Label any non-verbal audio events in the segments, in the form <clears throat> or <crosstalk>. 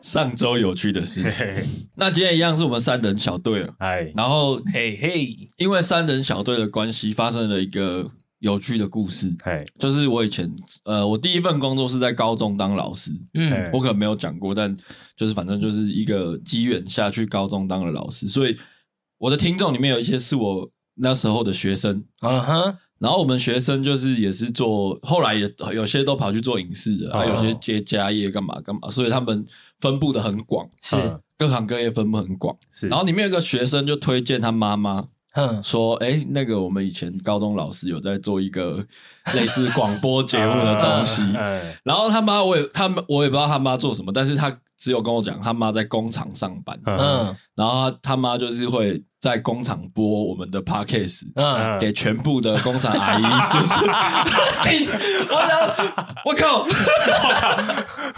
上周有趣的 <laughs> 事。那今天一样是我们三人小队了，哎，然后嘿嘿，因为三人小队的关系，发生了一个有趣的故事。哎，就是我以前，呃，我第一份工作是在高中当老师，嗯哎我可能没有讲过，但就是反正就是一个机缘下去高中当了老师，所以我的听众里面有一些是我那时候的学生，嗯哼，然后我们学生就是也是做，后来也有些都跑去做影视的，啊，哦有些接家业干嘛干嘛，所以他们分布的很广，是，嗯各行各业分布很广。是，然后里面有个学生就推荐他妈妈嗯，说：“哎，那个我们以前高中老师有在做一个类似广播节目的东 <laughs> 西。嗯”哎，然后他妈我也他们我也不知道他妈做什么，但是他只有跟我讲他妈在工厂上班，嗯嗯然后他他妈就是会在工厂播我们的 podcast，嗯，给全部的工厂阿姨叔叔。我想，我靠！ <laughs>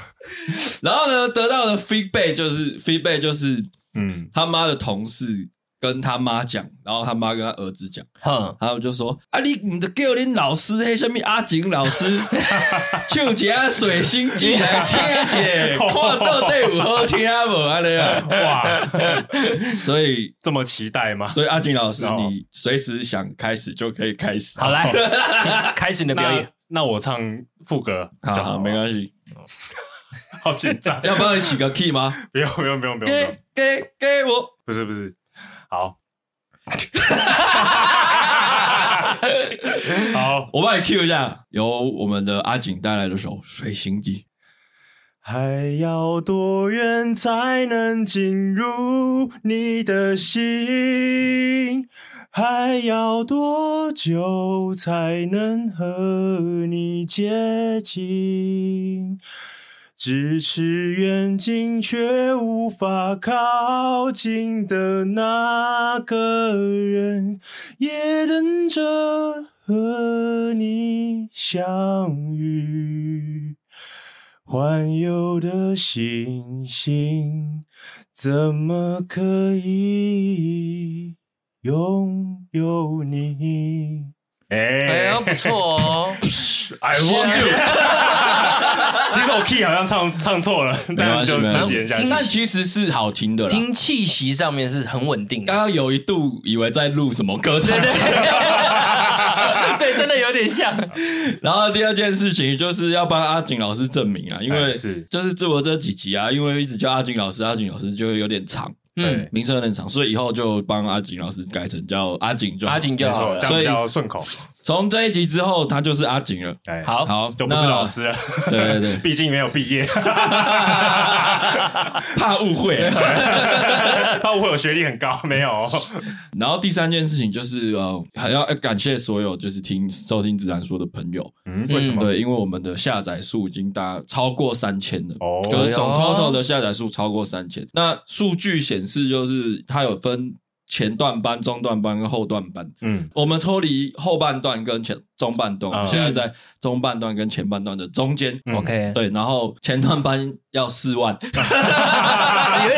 然后呢，得到的 feedback 就是 feedback 就是嗯，他妈的同事跟他妈讲，然后他妈跟他儿子讲，哼，他们就说：“啊，你你的叫你老师嘿，什么阿景老 <laughs> 师，唱一下水星记来听一下，看到底有好听无安尼啊哇，？” <laughs> 所以，这么期待吗？所以阿景老师，哦你随时想开始就可以开始。好来，请开始你的表那哦演，那我唱副歌就好，好，没关系。系，好紧张， <laughs> 要帮你起个 key 吗？不用不用 <laughs> 不用不用不用给，给给我！不是不是，好，好，我帮你 cue 一下，由我们的阿景带来的首《水星记还要多远才能进入你的心？还要多久才能和你接近？咫尺远近却无法靠近的那个人，也等着和你相遇。环游的星星，怎么可以拥有你？哎、哎呀，不错 <laughs> 哦， I want 啊 you 。其实我 key 好像唱唱错了， <laughs> 嗯但就没关系就演下》，去应该那。其实是好听的啦。听气息上面是很稳定刚 <laughs> 的，刚有一度以为在录什么歌啊唱，对，真的有点像， <laughs> 然后第二件事情就是要帮阿景老师证明啊，因为哎是就是做我这几集啊，因为一直叫阿景老师，阿景老师就有点长，嗯，名声有点长，所以以后就帮阿景老师改成叫阿景就好阿景就没好错，了这，样比较顺口。从这一集之后，他就是阿景了。哎，好好，就不是那老，师了，对对对， <laughs> 毕竟没有毕业， <laughs> 怕误会。 <laughs> <laughs> 他误会我学历很高，没有。然后第三件事情就是呃，还要呃感谢所有就是听收听自然说的朋友，嗯，为什么对，因为我们的下载数已经达超过三千了。哦就是总哎呦 total 的下载数超过三千，那数据显示就是它有分前段班、中段班跟后段班。嗯，我们脱离后半段跟前中半段，嗯现在在中半段跟前半段的中间。嗯 OK，对，然后前段班要四 <laughs> 万， <laughs> 有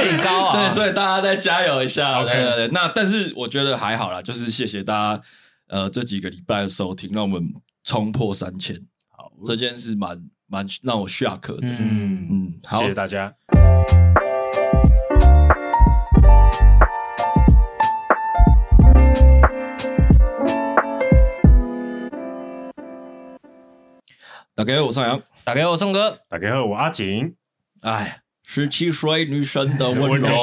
点高啊，对，所以大家再加油一下。 OK 对对对，那但是我觉得还好啦，就是谢谢大家，呃，这几个礼拜的收听，让我们冲破三千，好，这件事蛮蛮让我下课的。嗯，嗯，嗯，好谢，谢大家。打给我上扬。打给我宋哥，大家好，我阿景。哎，十七岁女生的温 <laughs> 柔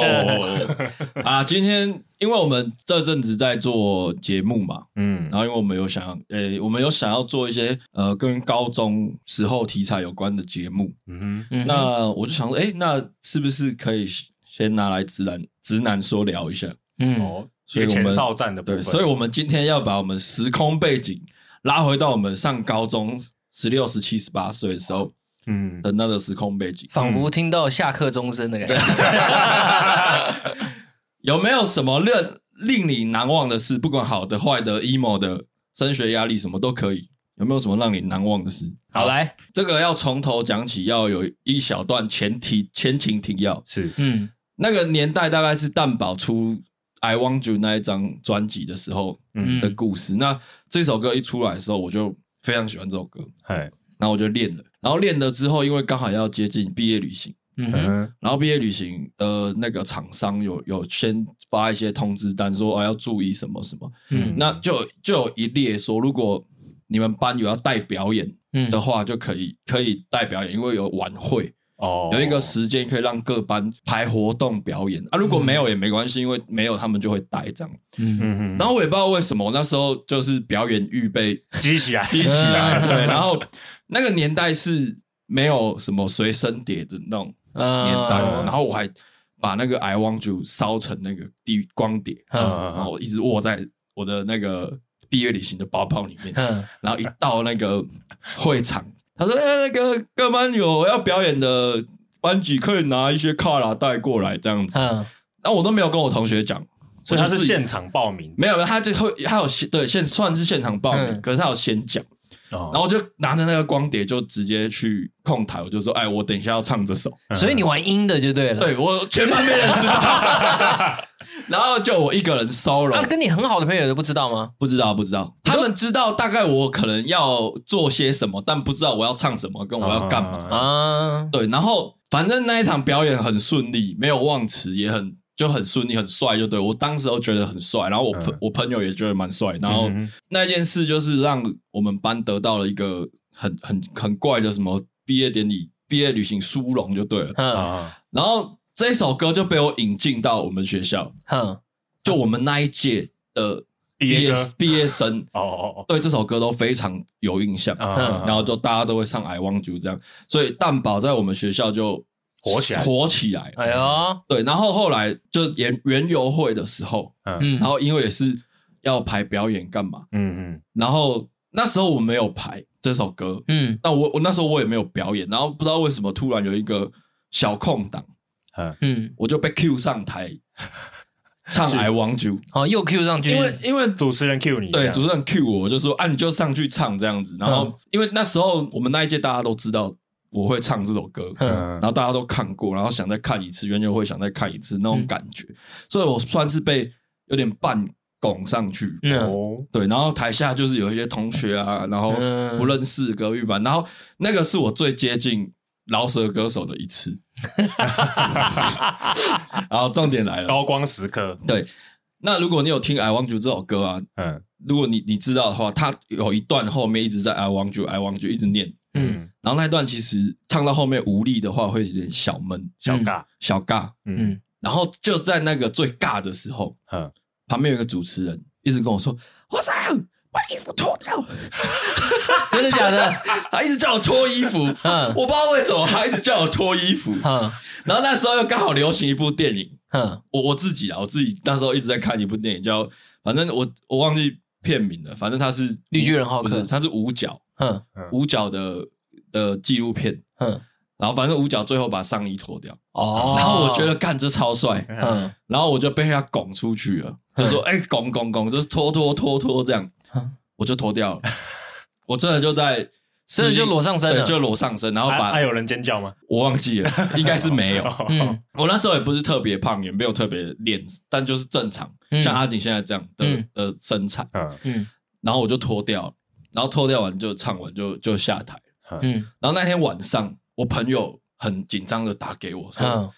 <laughs> 温啊！今天因为我们这阵子在做节目嘛，嗯然后因为我们有想要，呃、我们有想要做一些呃跟高中时候题材有关的节目，嗯嗯那我就想说，哎、那是不是可以先拿来直男直男说聊一下？哼，嗯，哦，所以学我们前哨站的部对，分，所以我们今天要把我们时空背景拉回到我们上高中十六、十七、十八岁的时候嗯，的那个时空背景。仿佛听到下课钟声的感觉，有没有什么令令你难忘的事？不管好的、坏的、emo 的、升学压力什么都可以。有没有什么让你难忘的事？好，来，这个要从头讲起，要有一小段前提前情提要。是嗯，那个年代大概是蛋宝出《I Want You》那一张专辑的时候嗯的故事。那这首歌一出来的时候，我就非常喜欢这首歌，哎，然后我就练了。然后练了之后，因为刚好要接近毕业旅行，嗯哼，嗯，然后毕业旅行的那个厂商有有先发一些通知单说，啊要注意什么什么，嗯那就有就有一列说，如果你们班有要带表演嗯的话，就可以可以带表演，因为有晚会，哦，有一个时间可以让各班排活动表演啊。如果没有也没关系，因为没有他们就会带这样。嗯嗯，嗯然后我也不知道为什么，我那时候就是表演预备嗯，激起来，激起来， <laughs> 嗯对，然后那个年代是没有什么随身碟的那种年代，哦呃然后我还把那个 I Want You 烧成那个低光碟，嗯然后嗯我一直握在我的那个毕业旅行的包包里面，嗯然后一到那个会场，他说：“哎、那个各班有要表演的班级可以拿一些卡拉带过来这样子。嗯然后我都没有跟我同学讲，所以他我是就自己现场报名，没有，没有他就会他有先对现算是现场报名，嗯可是他有先讲，然嗯然后我就拿着那个光碟就直接去控台，我就说：“哎，我等一下要唱这首。”嗯所以你玩阴的就对了。对我全班没人知 <laughs> 道，然后就我一个人 solo，、啊，跟你很好的朋友都不知道吗？不知道不知道，他们知道大概我可能要做些什么，但不知道我要唱什么跟我要干嘛。啊，对，然后反正那一场表演很顺利，没有忘词，也很就很顺利，很帅，就对我当时都觉得很帅，然后我朋、嗯我朋友也觉得蛮帅，然后嗯那件事就是让我们班得到了一个很很很怪的什么毕业典礼、毕业旅行殊荣就对了，哼啊，然后这首歌就被我引进到我们学校，哼，就我们那一届的毕业歌毕业 <laughs> 生哦哦对这首歌都非常有印象。哦，嗯然后就大家都会唱《I Want You》这样，所以蛋堡在我们学校就火起来火起来。哎呦，对，然后后来就园园游会的时候，嗯嗯然，后因为也是要排表演干嘛，嗯嗯，然后那时候我没有排这首歌，嗯，那我我那时候我也没有表演，然后不知道为什么突然有一个小空档，嗯嗯，我就被 Q 上台唱《I Want You 好，又 Q 上》，去，因为因为嗯主持人 cue 你，对，主持人 Q 我，我就说啊，你就上去唱这样子。然后、嗯因为那时候我们那一届大家都知道我会唱这首歌，嗯然后大家都看过，然后想再看一次，原友会想再看一次那种感觉，所以我算是被有点半拱上去。嗯哦，对，然后台下就是有一些同学啊，然后嗯不认识隔壁班，然后那个是我最接近饶舌歌手的一次。 <laughs> 然后重点来了，高光时刻，对，那如果你有听《I Want You》这首歌啊，嗯如果你你知道的话，他有一段后面一直在 I want you I want you 一直念，嗯嗯，然后那一段其实唱到后面无力的话，会有点小闷、小尬，小尬。嗯嗯，然后就在那个最尬的时候，嗯，旁边有一个主持人一直跟我说：“我操，把衣服脱掉！”真的假的？他一直叫我脱衣服，嗯我不知道为什么他一直叫我脱衣服。哼然后那时候又刚好流行一部电影，哼，我我自己啊，我自己那时候一直在看一部电影叫，反正我我忘记片名了，反正他是绿巨人浩不克是，他是五角。哼五角的的纪录片， <laughs> 哼，然后反正五角最后把上衣脱掉，哦，然后我觉得，干这超帅，嗯然后我就被他拱出去了，嗯就说哎、拱拱拱，就是脱脱脱脱这样嗯，我就脱掉了， <laughs> 我真的就在真的就裸上身对了，哎就裸上身，然后还还把啊有人尖叫吗？我忘 <laughs> 记了，应该是没有。嗯我那时候也不是特别胖，也没有特别练，但就是正常，嗯像阿锦现在这样的、嗯的身材。嗯嗯然后我就脱掉了，然后脱掉完就唱完就就下台了。嗯然后那天晚上，我朋友很紧张的打给我说嗯：“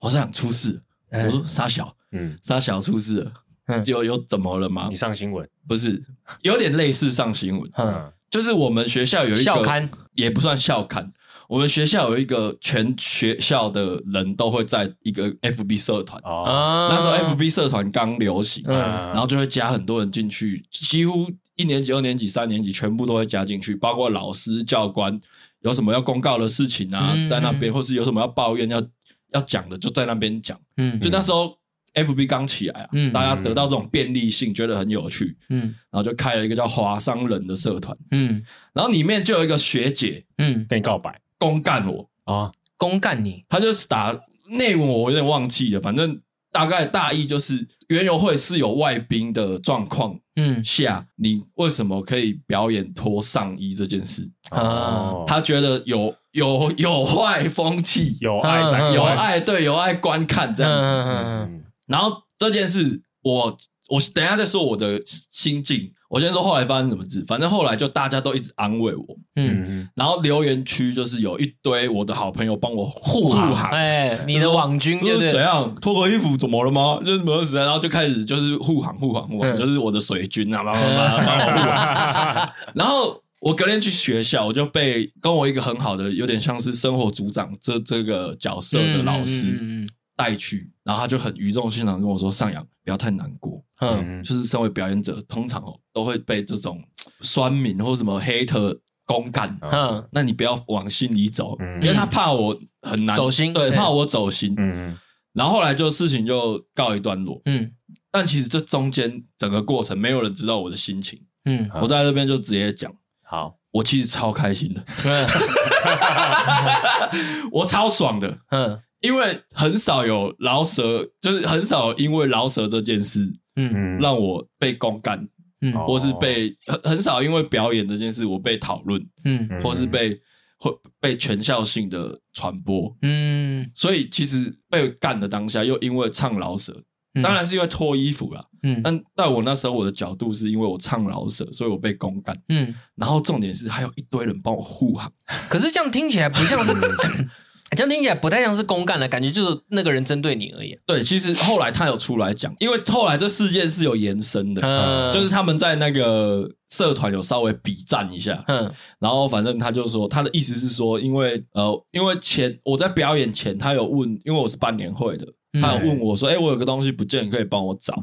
我想出事。”嗯我说：“沙小，嗯，沙小出事了，嗯有有怎么了吗你上新闻，？”不是，有点类似上新闻，哼，嗯就是我们学校有一个校刊，也不算校刊，我们学校有一个全学校的人都会在一个 FB 社团，哦，啊，那时候 FB 社团刚流行，嗯然后就会加很多人进去，几乎一年级、二年级、三年级全部都会加进去，包括老师、教官，有什么要公告的事情啊，嗯在那边，或是有什么要抱怨要要讲的，就在那边讲。嗯就那时候 FB 刚起来啊，嗯大家得到这种便利性，觉得很有趣，嗯然后就开了一个叫华商人的社团，嗯然后里面就有一个学姐嗯，跟你告白公干我，啊，公干你，她就是打内文，我有点忘记了，反正。大概大意就是，园游会是有外宾的状况，嗯下，你为什么可以表演脱上衣这件事？哦啊，他觉得有有有坏风气，有爱在，嗯有爱对有爱观看这样子。嗯嗯然后这件事，我我等一下再说我的心境。我先说后来发生什么事，反正后来就大家都一直安慰我，嗯，嗯，然后留言区就是有一堆我的好朋友帮我护护航，航，哎，你的网军对就不是怎对？样脱个衣服怎么了吗？就是没有死啊，然后就开始就是护航护航护航，嗯就是我的水军啊，叭叭叭叭帮我护航。 <laughs> 然后我隔天去学校，我就被跟我一个很好的，有点像是生活组长这这个角色的老师嗯带去，然后他就很语重心长地跟我说：“上扬，不要太难过。”嗯就是身为表演者，通常哦都会被这种酸民或什么 hater 公干，嗯嗯，那你不要往心里走，嗯因为他怕我很难走心对，对怕我走心。嗯然后后来就事情就告一段落，嗯但其实这中间整个过程没有人知道我的心情，嗯啊我在这边就直接讲，好，我其实超开心的， <laughs> 嗯我超爽的，嗯因为很少有饶舌，就是很少因为饶舌这件事嗯嗯让我被公干，嗯哦或是被很很少因为表演这件事我被讨论，嗯嗯或是被会被全校性的传播，嗯，所以其实被干的当下又因为唱饶舌，嗯当然是因为脱衣服啦。嗯但但我那时候我的角度是因为我唱老舍，所以我被公干。嗯，然后重点是还有一堆人帮我护航，可是这样听起来不像是，嗯这样听起来不太像是公干的感觉，就是那个人针对你而已。对，其实后来他有出来讲，因为后来这事件是有延伸的，嗯，就是他们在那个社团有稍微比战一下，嗯然后反正他就说他的意思是说，因为呃，因为前我在表演前他有问，因为我是办年会的，嗯他有问我说，哎、我有个东西不见，你可以帮我找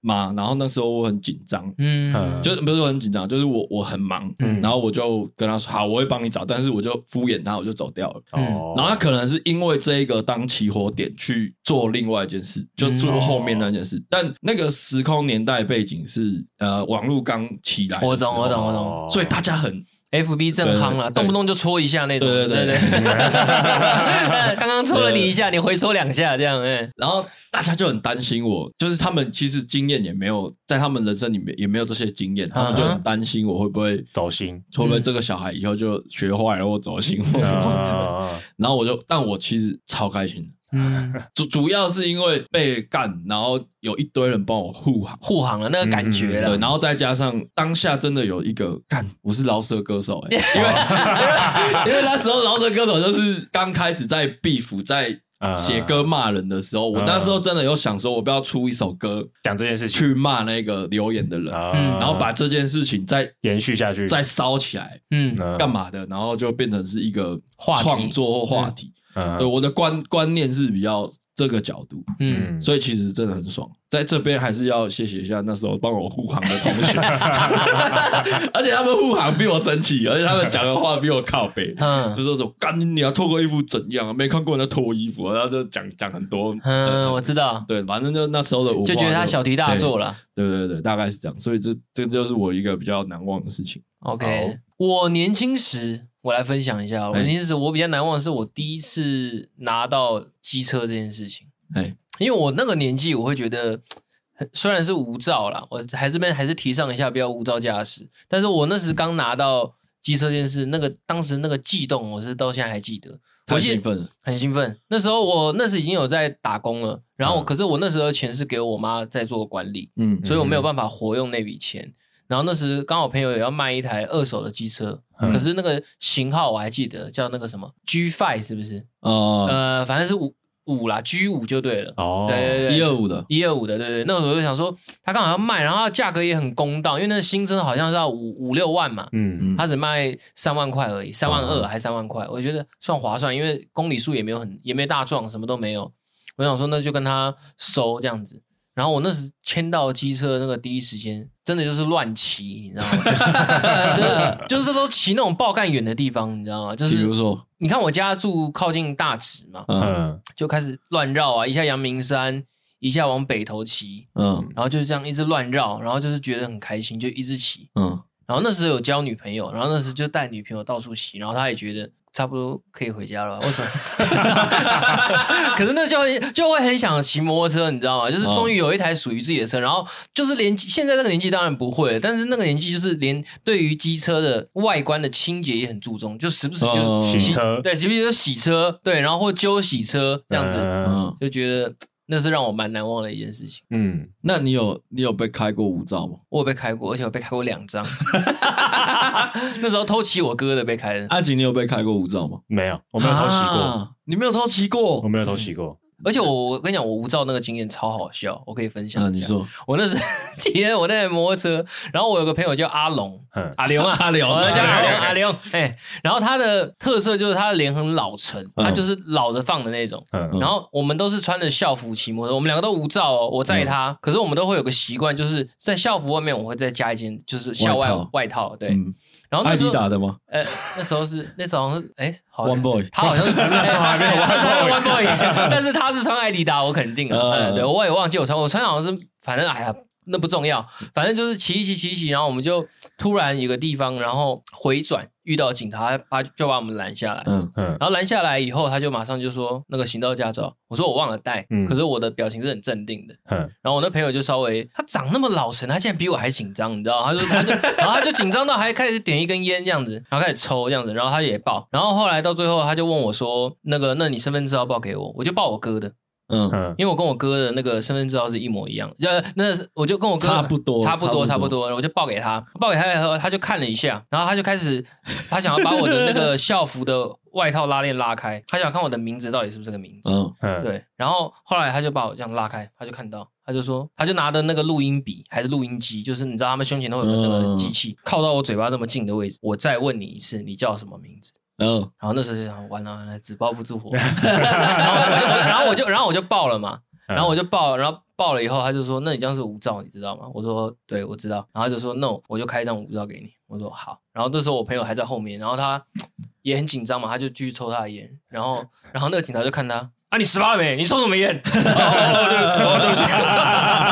吗？然后那时候我很紧张，嗯，就是不是我很紧张，就是我我很忙，嗯然后我就跟他说好，我会帮你找，但是我就敷衍他，我就走掉了。哦，然后他可能是因为这一个当起火点去做另外一件嗯事，就做后面那件事，但那个时空年代背景是呃网络刚起来的时候，嗯我懂我懂我懂哦所以大家很，FB 正夯了，对对对动不动就戳一下那种，对对对对 <laughs> 对，刚刚戳了你一下，你回戳两下这样，哎，然后大家就很担心我，就是他们其实经验也没有，在他们人生里面也没有这些经验，他们就很嗯哼担心我会不会走心，会不会这个小孩以后就学坏了或走心或什么的。啊 <laughs> 然后我就，但我其实超开心的。嗯，主主要是因为被干，然后有一堆人帮我护航，护航了那个感觉对，了，然后再加上当下真的有一个干，我是饶舌歌手、欸，因为 <laughs> 因为那时候饶舌歌手就是刚开始在 beef 在嗯写歌骂人的时候，嗯我那时候真的有想说，我不要出一首歌讲这件事情，去骂那个留言的人，啊嗯然后把这件事情再延续下去，再烧起来，嗯干干嘛的，然后就变成是一个话题创作或话题。嗯对，我的观观念是比较这个角度，嗯，所以其实真的很爽。在这边还是要谢谢一下那时候帮我护航的同 <laughs> 学， <laughs> 而且他们护航比我生气，而且他们讲的话比我靠背，嗯就说什么干你要脱个衣服怎样啊？没看过人家脱衣服啊、然后就讲讲很多。嗯，我知道，对，反正就那时候的文化就觉得他小题大做了。对。对对对，大概是这样。所以这这就是我一个比较难忘的事情。 OK，我年轻时，我来分享一下。我哎年轻时，我比较难忘的是我第一次拿到机车这件事情，哎，因为我那个年纪，我会觉得很虽然是无照啦，我还这边还是提倡一下不要无照驾驶。但是我那时刚拿到机车这件事，那个当时那个悸动，我是到现在还记得。太我记兴奋了。很兴奋。那时候我那时已经有在打工了，然后我嗯可是我那时候的钱是给我妈在做管理，嗯所以我没有办法活用那笔钱。然后那时刚好朋友也要卖一台二手的机车，嗯可是那个型号我还记得叫那个什么 G Five 是不是？呃，呃，反正是五五啦，G 五就对了。哦，对对对，一二五的，一二五的，对对。那时候我就想说，他刚好要卖，然后它价格也很公道，因为那个新车好像是要五五六万嘛，嗯嗯哦他只卖三万块而已，三万二嗯还三万块，我觉得算划算，因为公里数也没有很，也没大撞，什么都没有。我想说，那就跟他收这样子。然后我那时签到机车的那个第一时间，真的就是乱骑，你知道吗？ <laughs> 就是就是都骑那种爆干远的地方，你知道吗？就比是如说，你看我家住靠近大直嘛，嗯嗯就开始乱绕啊，一下阳明山，一下往北头骑，嗯然后就是这样一直乱绕，然后就是觉得很开心，就一直骑。嗯，然后那时候有交女朋友，然后那时就带女朋友到处骑，然后她也觉得差不多可以回家了吧，为什么？ <laughs> 可是那就会就会很想骑摩托车，你知道吗？就是终于有一台属于自己的车，然后就是连现在这个年纪当然不会了，但是那个年纪就是连对于机车的外观的清洁也很注重，就时不时就哦洗洗车对，时不时就洗车，对，然后或揪洗车这样子，嗯嗯就觉得那是让我蛮难忘的一件事情。嗯，那你有你有被开过无照吗？我有被开过，而且我被开过两张。 <laughs> 那时候偷骑我哥的被开的，阿锦，你有被开过无照吗？没有，我没有偷袭过，啊，你没有偷骑我过？没有偷袭过。而且我我跟你讲，我无照那个经验超好笑，我可以分享一啊，下。你说我那时 <laughs> 今天我那台摩托车，然后我有个朋友叫阿龙，嗯阿龙啊，阿龙我叫阿阿龙，龙阿龙，哎，然后他的特色就是他的脸很老成，嗯他就是老着放的那种。嗯然后我们都是穿着校服骑摩托，我们两个都无照哦，我嗯载他，可是我们都会有个习惯，就是在校服外面我会再加一件就是校外外套外套，对。嗯，然后阿那时迪候打的吗？呃，那时候是那时候好像是哎，好像 One Boy 他好像是哎那时候还没有 One One Boy，但是他是穿艾迪达，我肯定嗯啊，哎对我也忘记我穿，我穿好像是反正哎呀。那不重要，反正就是骑一骑骑一骑，然后我们就突然有个地方，然后回转遇到警察，把就把我们拦下来。嗯，嗯然后拦下来以后，他就马上就说那个行道驾照，我说我忘了带，嗯可是我的表情是很镇定的。嗯，然后我那朋友就稍微，他长那么老成，他竟然比我还紧张，你知道？他就他就然后他就紧张到还开始点一根烟这样子，然后开始抽这样子，然后他也报，然后后来到最后他就问我说，那个那你身份证号报给我，我就报我哥的，嗯，嗯因为我跟我哥的那个身份证号是一模一样，呃，那是我就跟我哥差不多差不多，差差不多不多，我就报给他，报给他以后，他就看了一下，然后他就开始，他想要把我的那个校服的外套拉链拉开，他想看我的名字到底是不是这个名字，嗯，嗯，对，然后后来他就把我这样拉开，他就看到，他就说，他就拿着那个录音笔还是录音机，就是你知道他们胸前都有个那个机器，靠到我嘴巴这么近的位置，我再问你一次，你叫什么名字？嗯，然后那时候就想，完了完了，纸包 <laughs> 不住火。然后然后我就然后我就报了嘛，嗯然后我就报了，然后报了以后，他就说，那你这样是无照，你知道吗？我说，对，我知道。然后他就说，no，我就开一张无照给你。我说好。然后这时候我朋友还在后面，然后他也很紧张嘛，他就继续抽他的烟。然后然后那个警察就看他。啊，你十八没？你抽什么烟？ <laughs> 哦，哦对哦对不起， <laughs>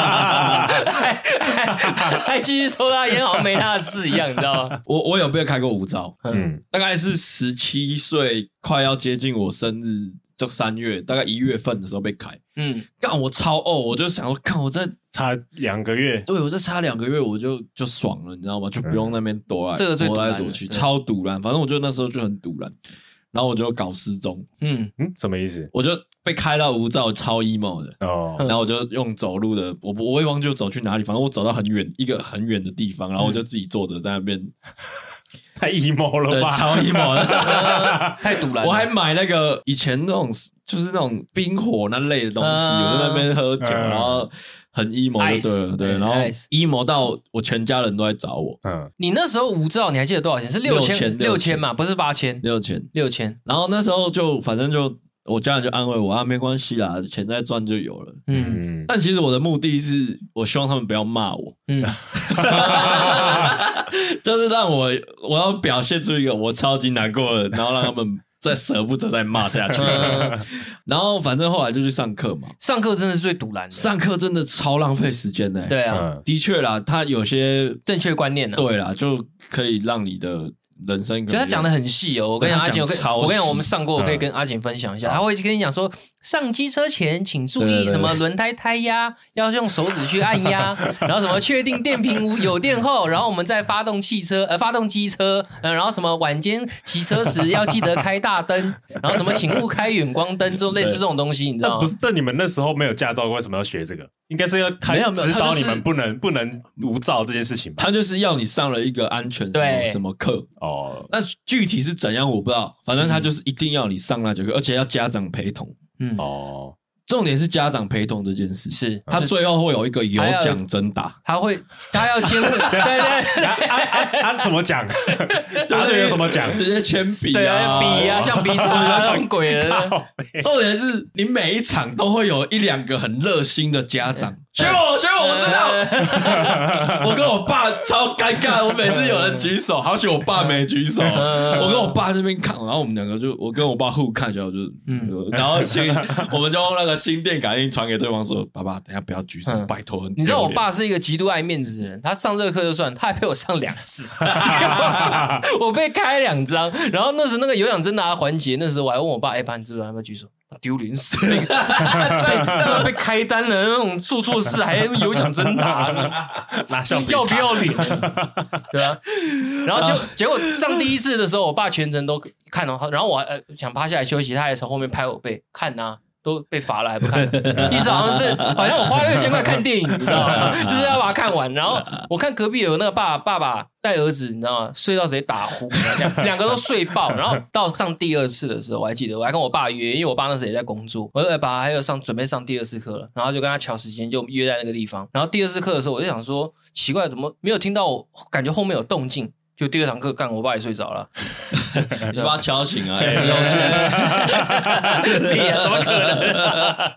还还还继续抽他的烟，好像没他的事一样，你知道吗？我我有被开过无照，嗯嗯大概是十七岁，快要接近我生日，就三月，大概一月份的时候被开。嗯干我超哦，我就想说，看我在差两个月，对我再差两个月我就就爽了，你知道吗？就不用那边躲来、嗯这个最躲堵来然躲的去，对超堵然。反正我就那时候就很堵然，然后我就搞失踪， <laughs> 嗯嗯，什么意思？我就被开到无照，超 emo 的。哦，嗯然后我就用走路的，我不我也忘记我走去哪里，反正我走到很远一个很远的地方，然后我就自己坐着在那边，太 emo 对了，吧？超 emo 的。呃太堵了。我还买那个以前那种就是那种冰火那类的东西，嗯我在那边喝酒，嗯然后很 emo 就对了， Ice，对，对然后 Ice emo 到我全家人都在找我，嗯你那时候无照，你还记得多少钱？是六6000千六千嘛，不是八千，六千。六千。然后那时候就反正就我家人就安慰我啊，没关系啦，钱再赚就有了。嗯嗯，但其实我的目的是，我希望他们不要骂 <laughs> 我，嗯，就是让我我要表现出一个我超级难过的，然后让他们再舍不得再骂下 <laughs> 去。然后反正后来就去上课嘛，上课真的是最堵拦的。上课真的超浪费时间的、欸。对啊，嗯的确啦，他有些正确观念呢？，啊对啦，就可以让你的人生可能就他讲的很细哦。我跟你讲，对他阿锦，讲我跟超细我跟你讲，我们上过，我可以嗯跟阿锦分享一下。好他会跟你讲说，上机车前请注对对意对什么轮胎胎压，要用手指去按压，然后什么确定电瓶无有电后，然后我们再发动汽车呃发动机车，呃然后什么晚间骑车时要记得开大灯，然后什么请勿开远光灯，就类似这种东西，你知道那吗不？是，但你们那时候没有驾照，为什么要学这个？应该是要开没有没有指他导就是你们不能不能无照这件事情吧？他就是要你上了一个安全什么对什么课，哦，那具体是怎样我不知道，反正他就是一定要你上那节课，而且要家长陪同。嗯，哦，重点是家长陪同这件事，是他最后会有一个有奖征答，他会，他 <laughs> 要监护，对对啊啊啊啊！怎么讲？答对有什么奖？这些铅笔对啊，啊，比啊，像比什 <laughs> 么的那种鬼啊的，靠 <laughs> 北重点是你每一场都会有一两个很热心的家长，学我学我，我知道。我跟我爸超尴尬，我每次有人举手，好险我爸没举手。我跟我爸这边看，然后我们两个就我跟我爸互看一下，我就嗯嗯，然后心我们就用那个心电感应传给对方说：“爸爸，等一下不要举手，嗯拜托。” <laughs> 你知道我爸是一个极度爱面子的人，他上这个课就算，他还陪我上两次， <laughs> 我被开两张。然后那时那个有氧挣答环节，那时我还问我爸，哎、爸，你知不知道要不要举手？丢脸 <laughs> 死了！ <laughs> 被开单了，那种做错事还有奖挣答呢，拿橡皮要不擦要脸？ <laughs> 对啊，然后就结果上第一哦次的时候，我爸全程都看了，然后我还呃想趴下来休息，他还从后面拍我背看呐、都被罚了还不 <laughs> 看，意思好像是好像我花六千块看电影，你知道吗？就是要把它看完。然后我看隔壁有那个爸爸爸带儿子，你知道吗？睡到直接打呼，这样两个都睡爆。然后到上第二次的时候，我还记得我还跟我爸约，因为我爸那时候也在工作，我说：“哎爸，还有上准备上第二次课了。”然后就跟他瞧时间，就约在那个地方。然后第二次课的时候，我就想说奇怪，怎么没有听到我？感觉后面有动静。就第二堂课干，我爸也睡着了。你把他敲醒啊！哎有 <laughs> 钱对呀，怎么可能？啊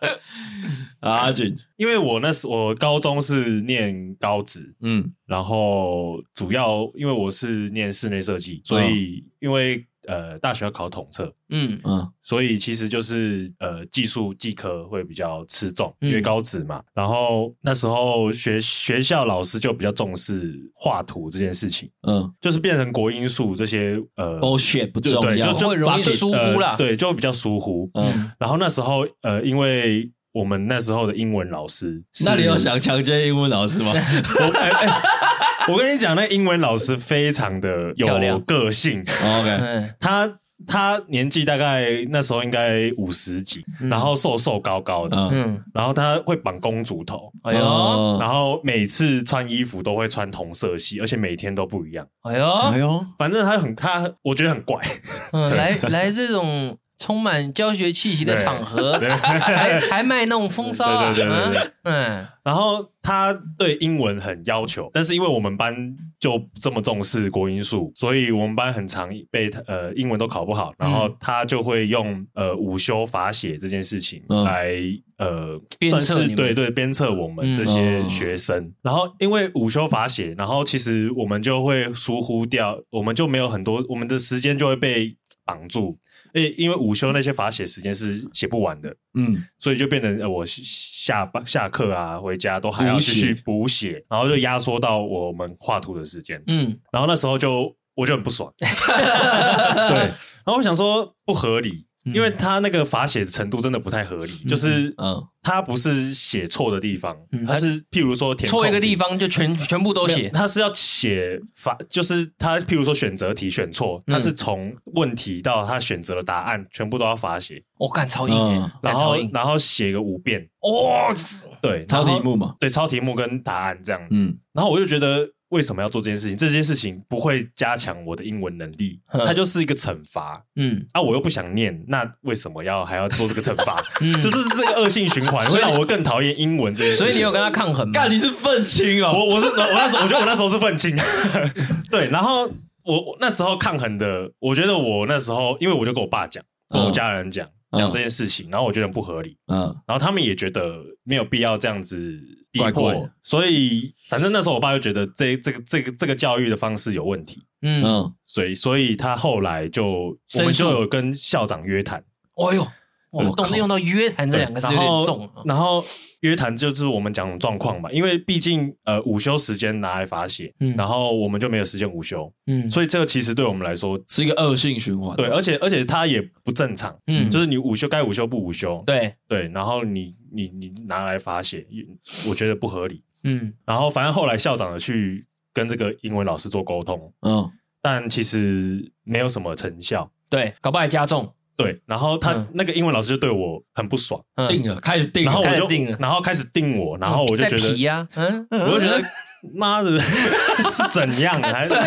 阿俊， <laughs> 因为我那时我高中是念高职，嗯，然后主要因为我是念室内设计，所以因为呃大学要考统测，嗯嗯所以其实就是呃技术技科会比较吃重，嗯因为高职嘛。然后那时候学学校老师就比较重视画图这件事情，嗯就是变成国音数这些呃，bullshit 不就重对要就，就会容易把疏忽啦呃对，就比较疏忽。嗯，然后那时候呃，因为我们那时候的英文老师是，那你有想强奸英文老师吗？我、哎哎我跟你讲，那英文老师非常的漂有亮个性， OK，嗯，他他年纪大概那时候应该五十几，嗯然后瘦瘦高高的，嗯，嗯，然后他会绑公主头，哎呦，哦然后每次穿衣服都会穿同色系，而且每天都不一样。哎呦，呦，反正他很他，我觉得很怪，嗯，来来这种充满教学气息的场合，还还卖弄风骚啊，对对对对对嗯然后他对英文很要求，但是因为我们班就这么重视国音数，所以我们班很常被他呃英文都考不好，然后他就会用呃午休罚写这件事情嗯来、呃鞭策算你是们嗯对对鞭策我们这些学生。然后因为午休罚写，然后其实我们就会疏忽掉，我们就没有很多我们的时间就会被绑住，诶，因为午休那些罚写时间是写不完的。嗯，所以就变成呃，我下下班下课啊，回家都还要继续补血，然后就压缩到我们画图的时间。嗯，然后那时候就我就很不 <laughs> 爽，对。然后我想说不合理，嗯因为他那个罚写的程度真的不太合理，就是嗯他不是写错的地方，嗯他是譬如说填空错一个地方就全全部都没有写，他是要写法，就是他譬如说选择题选错，嗯他是从问题到他选择的答案全部都要罚写，我干超硬嗯欸，然干后超硬，然后写个五遍，哦，对，抄然后题目嘛，对，抄题目跟答案这样子。嗯然后我就觉得为什么要做这件事情？这件事情不会加强我的英文能力，嗯它就是一个惩罚嗯啊！我又不想念，那为什么要还要做这个惩 <laughs> 罚？嗯，就是这个恶性循环，所以让我更讨厌英文这件事情。所以你有跟他抗衡吗？干你是愤青哦，我我是我那时候我觉得我那时候是愤青， <laughs> 对，然后我我那时候抗衡的，我觉得我那时候因为我就跟我爸讲，跟我家人讲、嗯讲这件事情，然后我觉得很不合理，嗯然后他们也觉得没有必要这样子逼迫，怪怪所以反正那时候我爸就觉得这这个这个这个教育的方式有问题，嗯，嗯，所以所以他后来就我申们诉就有跟校长约谈，哎呦，我我们靠动用到约谈这两个字有点重啊，嗯然后约谈就是我们讲的状况嘛，因为毕竟呃午休时间拿来罚写，嗯然后我们就没有时间午休，嗯，所以这个其实对我们来说。是一个恶性循环，对，而且而且他也不正常，嗯就是你午休该午休不午休，对，对，然后你你你拿来罚写，我觉得不合理。嗯然后反正后来校长有去跟这个英文老师做沟通，嗯，但其实没有什么成效。对，搞不好还加重，对，然后他、嗯那个英文老师就对我很不爽，嗯定了，开始定了，然后我开就始定了然后开始定我，然后我就哦在觉得，皮呀，嗯，我就觉得妈的 <laughs> 是怎样， <laughs> 啊 <laughs> 还对，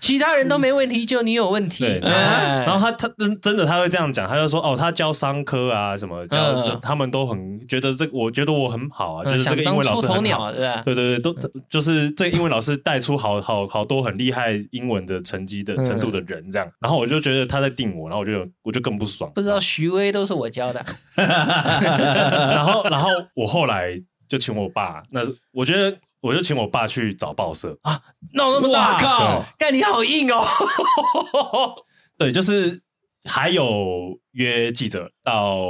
其他人都没问题，就你有问题。对哎然后他他真真的他会这样讲，他就说哦，他教商科啊什么教，嗯就他们都很觉得这个，我觉得我很好啊，就是嗯这想个英当文老出师头很好。鸟，对吧？对对对，都嗯就是这个英文老师带出好好好多很厉害英文的成绩的嗯程度的人，这样，然后我就觉得他在定我，然后我就我就更不爽，不知哦道徐威都是我教的， <laughs> 然后然后我后来就请我爸，那是我觉得我就请我爸去找报社， <laughs> 闹那么哇大，靠，干你好硬哦！对，就是还有约记者到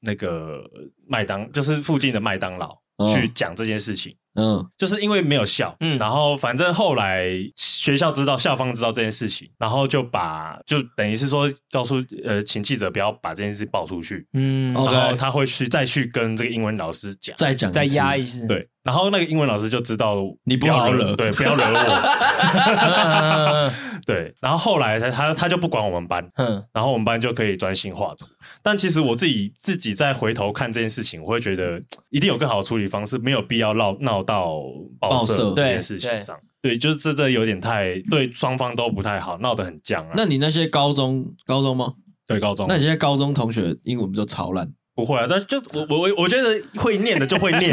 那个麦当，就是附近的麦当劳哦去讲这件事情。嗯就是因为没有效，嗯然后反正后来学校知道，校方知道这件事情，然后就把就等于是说告诉呃，请记者不要把这件事报出去，嗯哦 OK 然后他会去再去跟这个英文老师讲，再讲一次再压一次，对，然后那个英文老师就知道嗯你不要好惹对，不要惹我，嗯对。然后后来他他他就不管我们班， <laughs> 嗯然后我们班就可以专心画图。但其实我自己自己再回头看这件事情，我会觉得一定有更好的处理方式，没有必要闹闹到爆爆色色这对件事对情上。对，就是真的有点太对双方都不太好，闹得很僵啊。那你那些高中高中吗？对高中那你现在高中同学英文不就超烂？不会啊，但就是我我我我觉得会念的就会 <laughs> 念，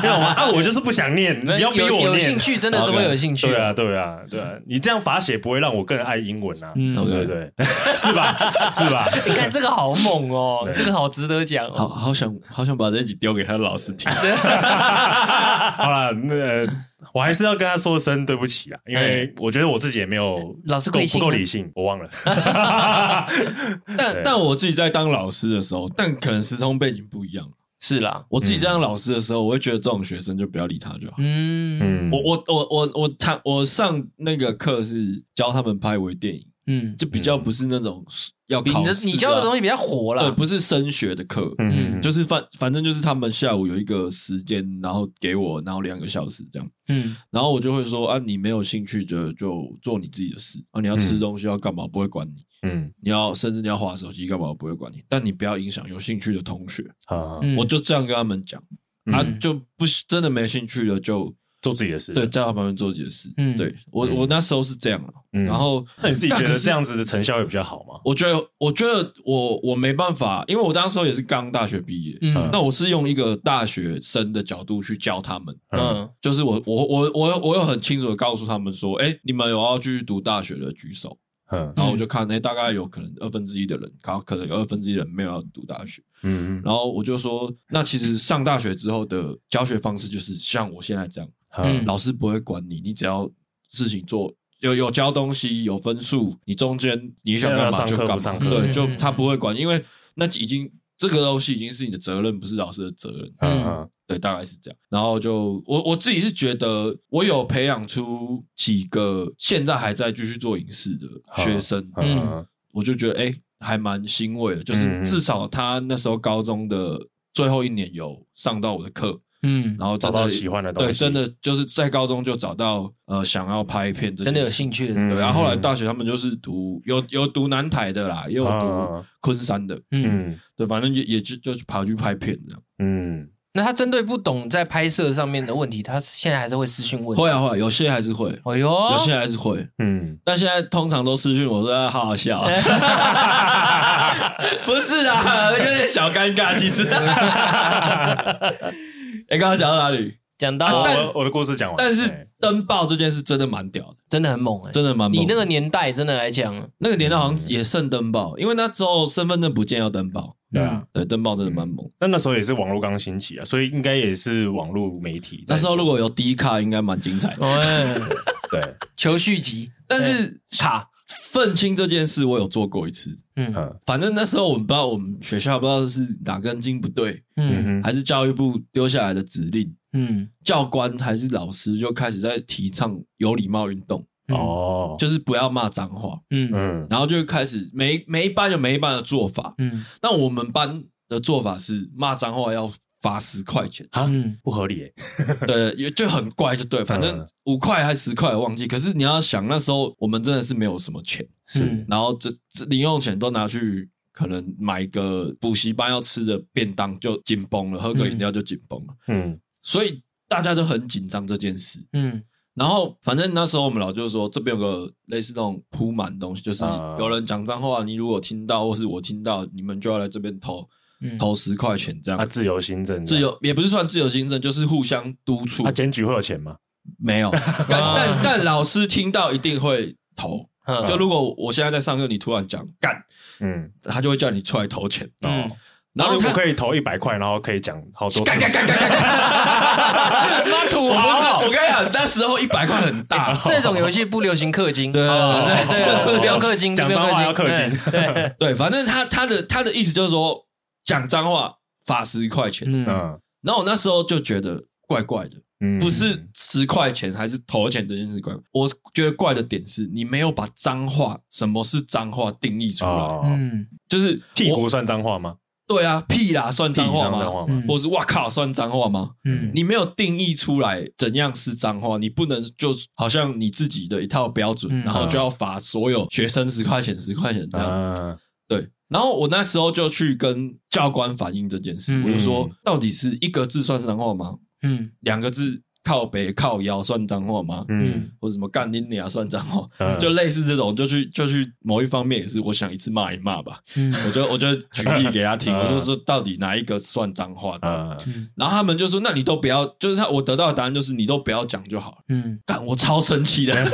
没有啊，啊我就是不想念，你不要逼有我有念兴。趣真的是会有兴趣对啊，对啊，对啊！你这样罚写不会让我更爱英文啊，嗯对不对？ <laughs> 是吧？ <laughs> 是吧？你看这个好猛哦，对这个好值得讲好哦。好想好想把这一集丢给他的老师听。 <laughs> <laughs> 好了，那、呃我还是要跟他说声对不起啊，因哎为我觉得我自己也没有嗯老师够贵姓啊不够呢理性，我 <laughs> 忘了。但对但我自己在当老师的时候，但可能时空背景不一样。是啦，我自己在当老师的时候，我会觉得这种学生就不要理他就好。嗯嗯，我我我我我他我上那个课是教他们拍微电影，嗯，就比较不是那种要你考的试、啊、你教的东西比较火对，啦，不是升学的课，嗯就是是反反正就是他们下午有一个时间，然后给我，然后两个小时这样，嗯然后我就会说啊，你没有兴趣的就做你自己的事啊，你要吃东西要干嘛不会管你，嗯你要甚至你要划手机干嘛不会管你，但你不要影响有兴趣的同学，啊，嗯，我就这样跟他们讲啊，嗯就不真的没兴趣的就做自己的事。对，在他旁边做自己的事，嗯对我嗯我那时候是这样啊，嗯然后 <laughs> 那你自己觉但可得是这样子的成效会比较好吗？我觉得，我觉得我我没办法，因为我当时候也是刚大学毕业，嗯那我是用一个大学生的角度去教他们，嗯就是我我我我我有很清楚的告诉他们说，哎、你们有要继续读大学的举手，嗯然后我就看，哎、大概有可能二分之一的人，然后可能有二分之一人没有要读大学，嗯然后我就说，那其实上大学之后的教学方式就是像我现在这样，嗯老师不会管你，你只要事情做。有有教东西，有分数，你中间你想干要嘛上就课干嘛，不上课对，嗯就他不会管，因为那已经这个东西已经是你的责任，不是老师的责任。嗯嗯对，大概是这样。然后就我我自己是觉得，我有培养出几个现在还在继续做影视的学生，嗯我就觉得哎、诶还蛮欣慰的，就嗯是嗯至少他那时候高中的最后一年有上到我的课，嗯，然后真找的到喜欢的东西对，真的就是在高中就找到呃想要拍片这件事，真的有兴趣的，嗯对，然后后来大学他们就是读有有读南台的啦，也有读啊昆山的，嗯，嗯对，反正也也就就是跑去拍片这样。嗯那他针对不懂在拍摄上面的问题，他现在还是会私讯问你。会啊会啊，有些还是会，哎呦，有些还是会，嗯，但现在通常都私讯我说啊好好笑、啊， <laughs> 不是啊，有点小尴尬其 <laughs> 实。哎，刚刚讲到哪里？ <laughs> 讲我到我我的故事讲完，哎但对哎是登报这件事真的蛮屌的，真的很猛哎，真的蛮猛的。你那个年代真的来讲，那个年代好像也剩登报，因为那之后身份证不见要登报，对嗯啊，对，登报真的蛮猛。但那时候也是网络刚兴起啊，所以应该也是网络媒体那在时做。候如果有低卡，应该蛮精彩的。哎，对， <laughs> 求续集，哦 <laughs> 但是哎卡，愤青这件事，我有做过一次。嗯嗯反正那时候我们不知道，我们学校不知道是哪根筋不对，嗯嗯哼还是教育部丢下来的指令，嗯，教官还是老师就开始在提倡有礼貌运动，嗯，哦，就是不要骂脏话，嗯嗯然后就开始每每一班有每一班的做法。嗯那我们班的做法是骂脏话要罚十块钱，啊嗯不合理耶，对，也就很怪，就对，反正嗯五块还十块，忘记。可是你要想，那时候我们真的是没有什么钱，嗯然后这这零用钱都拿去可能买个补习班要吃的便当就紧绷了，喝个饮料就紧绷了，嗯所以大家都很紧张这件事。嗯然后反正那时候我们老舅说，这边有个类似那种铺满的东西，就是啊有人讲脏话，你如果听到或是我听到，你们就要来这边投嗯，投十块钱这啊样。自由新政自这样，由也不是算自由新政，就是互相督促啊。检举会有钱吗？没有，但啊但但老师听到一定会投。啊嗯就如果我现在在上课，你突然讲干，嗯他就会叫你出来投钱。嗯哦，然后我他可以投一百块，然后可以讲好多干次干干干干干， <laughs> 妈土啊我不知道，豪我，跟你讲，那时候一百块很 <laughs> 大。这种游戏不流行氪金， <laughs> 对哦 <laughs> 对对，不用氪金，讲脏话要氪金，<laughs> 对对，对，反正他他的他的意思就是说讲脏话罚十块钱。嗯嗯然后我那时候就觉得怪怪的，嗯，不是十块钱还是投钱这件事怪。我觉得怪的点是你没有把脏话什么是脏话定义出来，哦，嗯就是屁我股算脏话吗？对啊，屁啦，算脏话地上的话吗？吗？嗯或是哇靠，算脏话吗？嗯，你没有定义出来怎样是脏话，你不能就好像你自己的一套标准，嗯然后就要罚所有学生十块钱、十块钱这样。嗯，对，然后我那时候就去跟教官反映这件事，嗯我就说，到底是一个字算脏话吗？嗯两个字靠北靠腰算脏话吗？嗯或者什么干你娘算脏话？嗯就类似这种，就去就去某一方面也是，我想一次骂一骂吧。嗯我就我就举例给他听， <laughs> 嗯我就说到底哪一个算脏话的？嗯嗯然后他们就说，那你都不要，就是他我得到的答案就是你都不要讲就好了。嗯干，我超生气的， <laughs>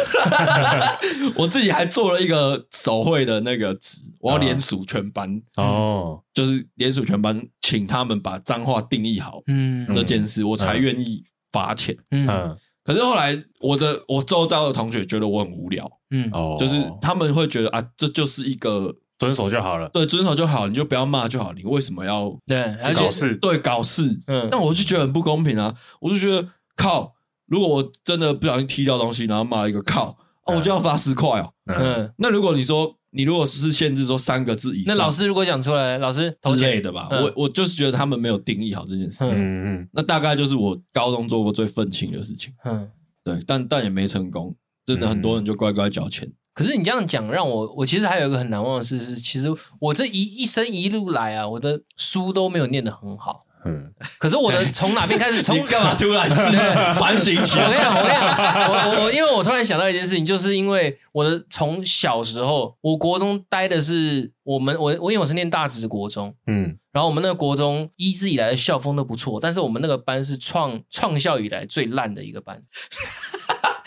我自己还做了一个手绘的那个纸，我要嗯联署全班，哦，就是联署全班，请他们把脏话定义好嗯这件事，我才愿意罚钱。嗯嗯可是后来，我的我周遭的同学觉得我很无聊，嗯哦，就是他们会觉得啊，这就是一个遵守就好了。对遵守就好，你就不要骂就好，你为什么要对，而搞且事对搞事，嗯但我就觉得很不公平啊！我就觉得靠，如果我真的不小心踢掉东西，然后骂一个靠，哦，嗯我就要罚十块哦。嗯嗯，那如果你说你如果是限制说三个字以上，那老师如果讲出来，老师投之钱类的吧，嗯我我就是觉得他们没有定义好这件事。嗯嗯嗯，那大概就是我高中做过最愤青的事情，嗯。对，但但也没成功，真的嗯很多人就乖乖缴钱。可是你这样讲，让我我其实还有一个很难忘的事是，其实我这一一生一路来啊，我的书都没有念得很好。嗯可是我的从哪边开始？从哎 <laughs> 你干嘛突然自己反省 <laughs> 起我跟你来？讲，我跟你讲，我我我，因为我突然想到一件事情，就是因为我的从小时候，我国中待的是我们我我因为我是念大直国中，嗯然后我们那个国中一直以来的校风都不错，但是我们那个班是创创校以来最烂的一个班，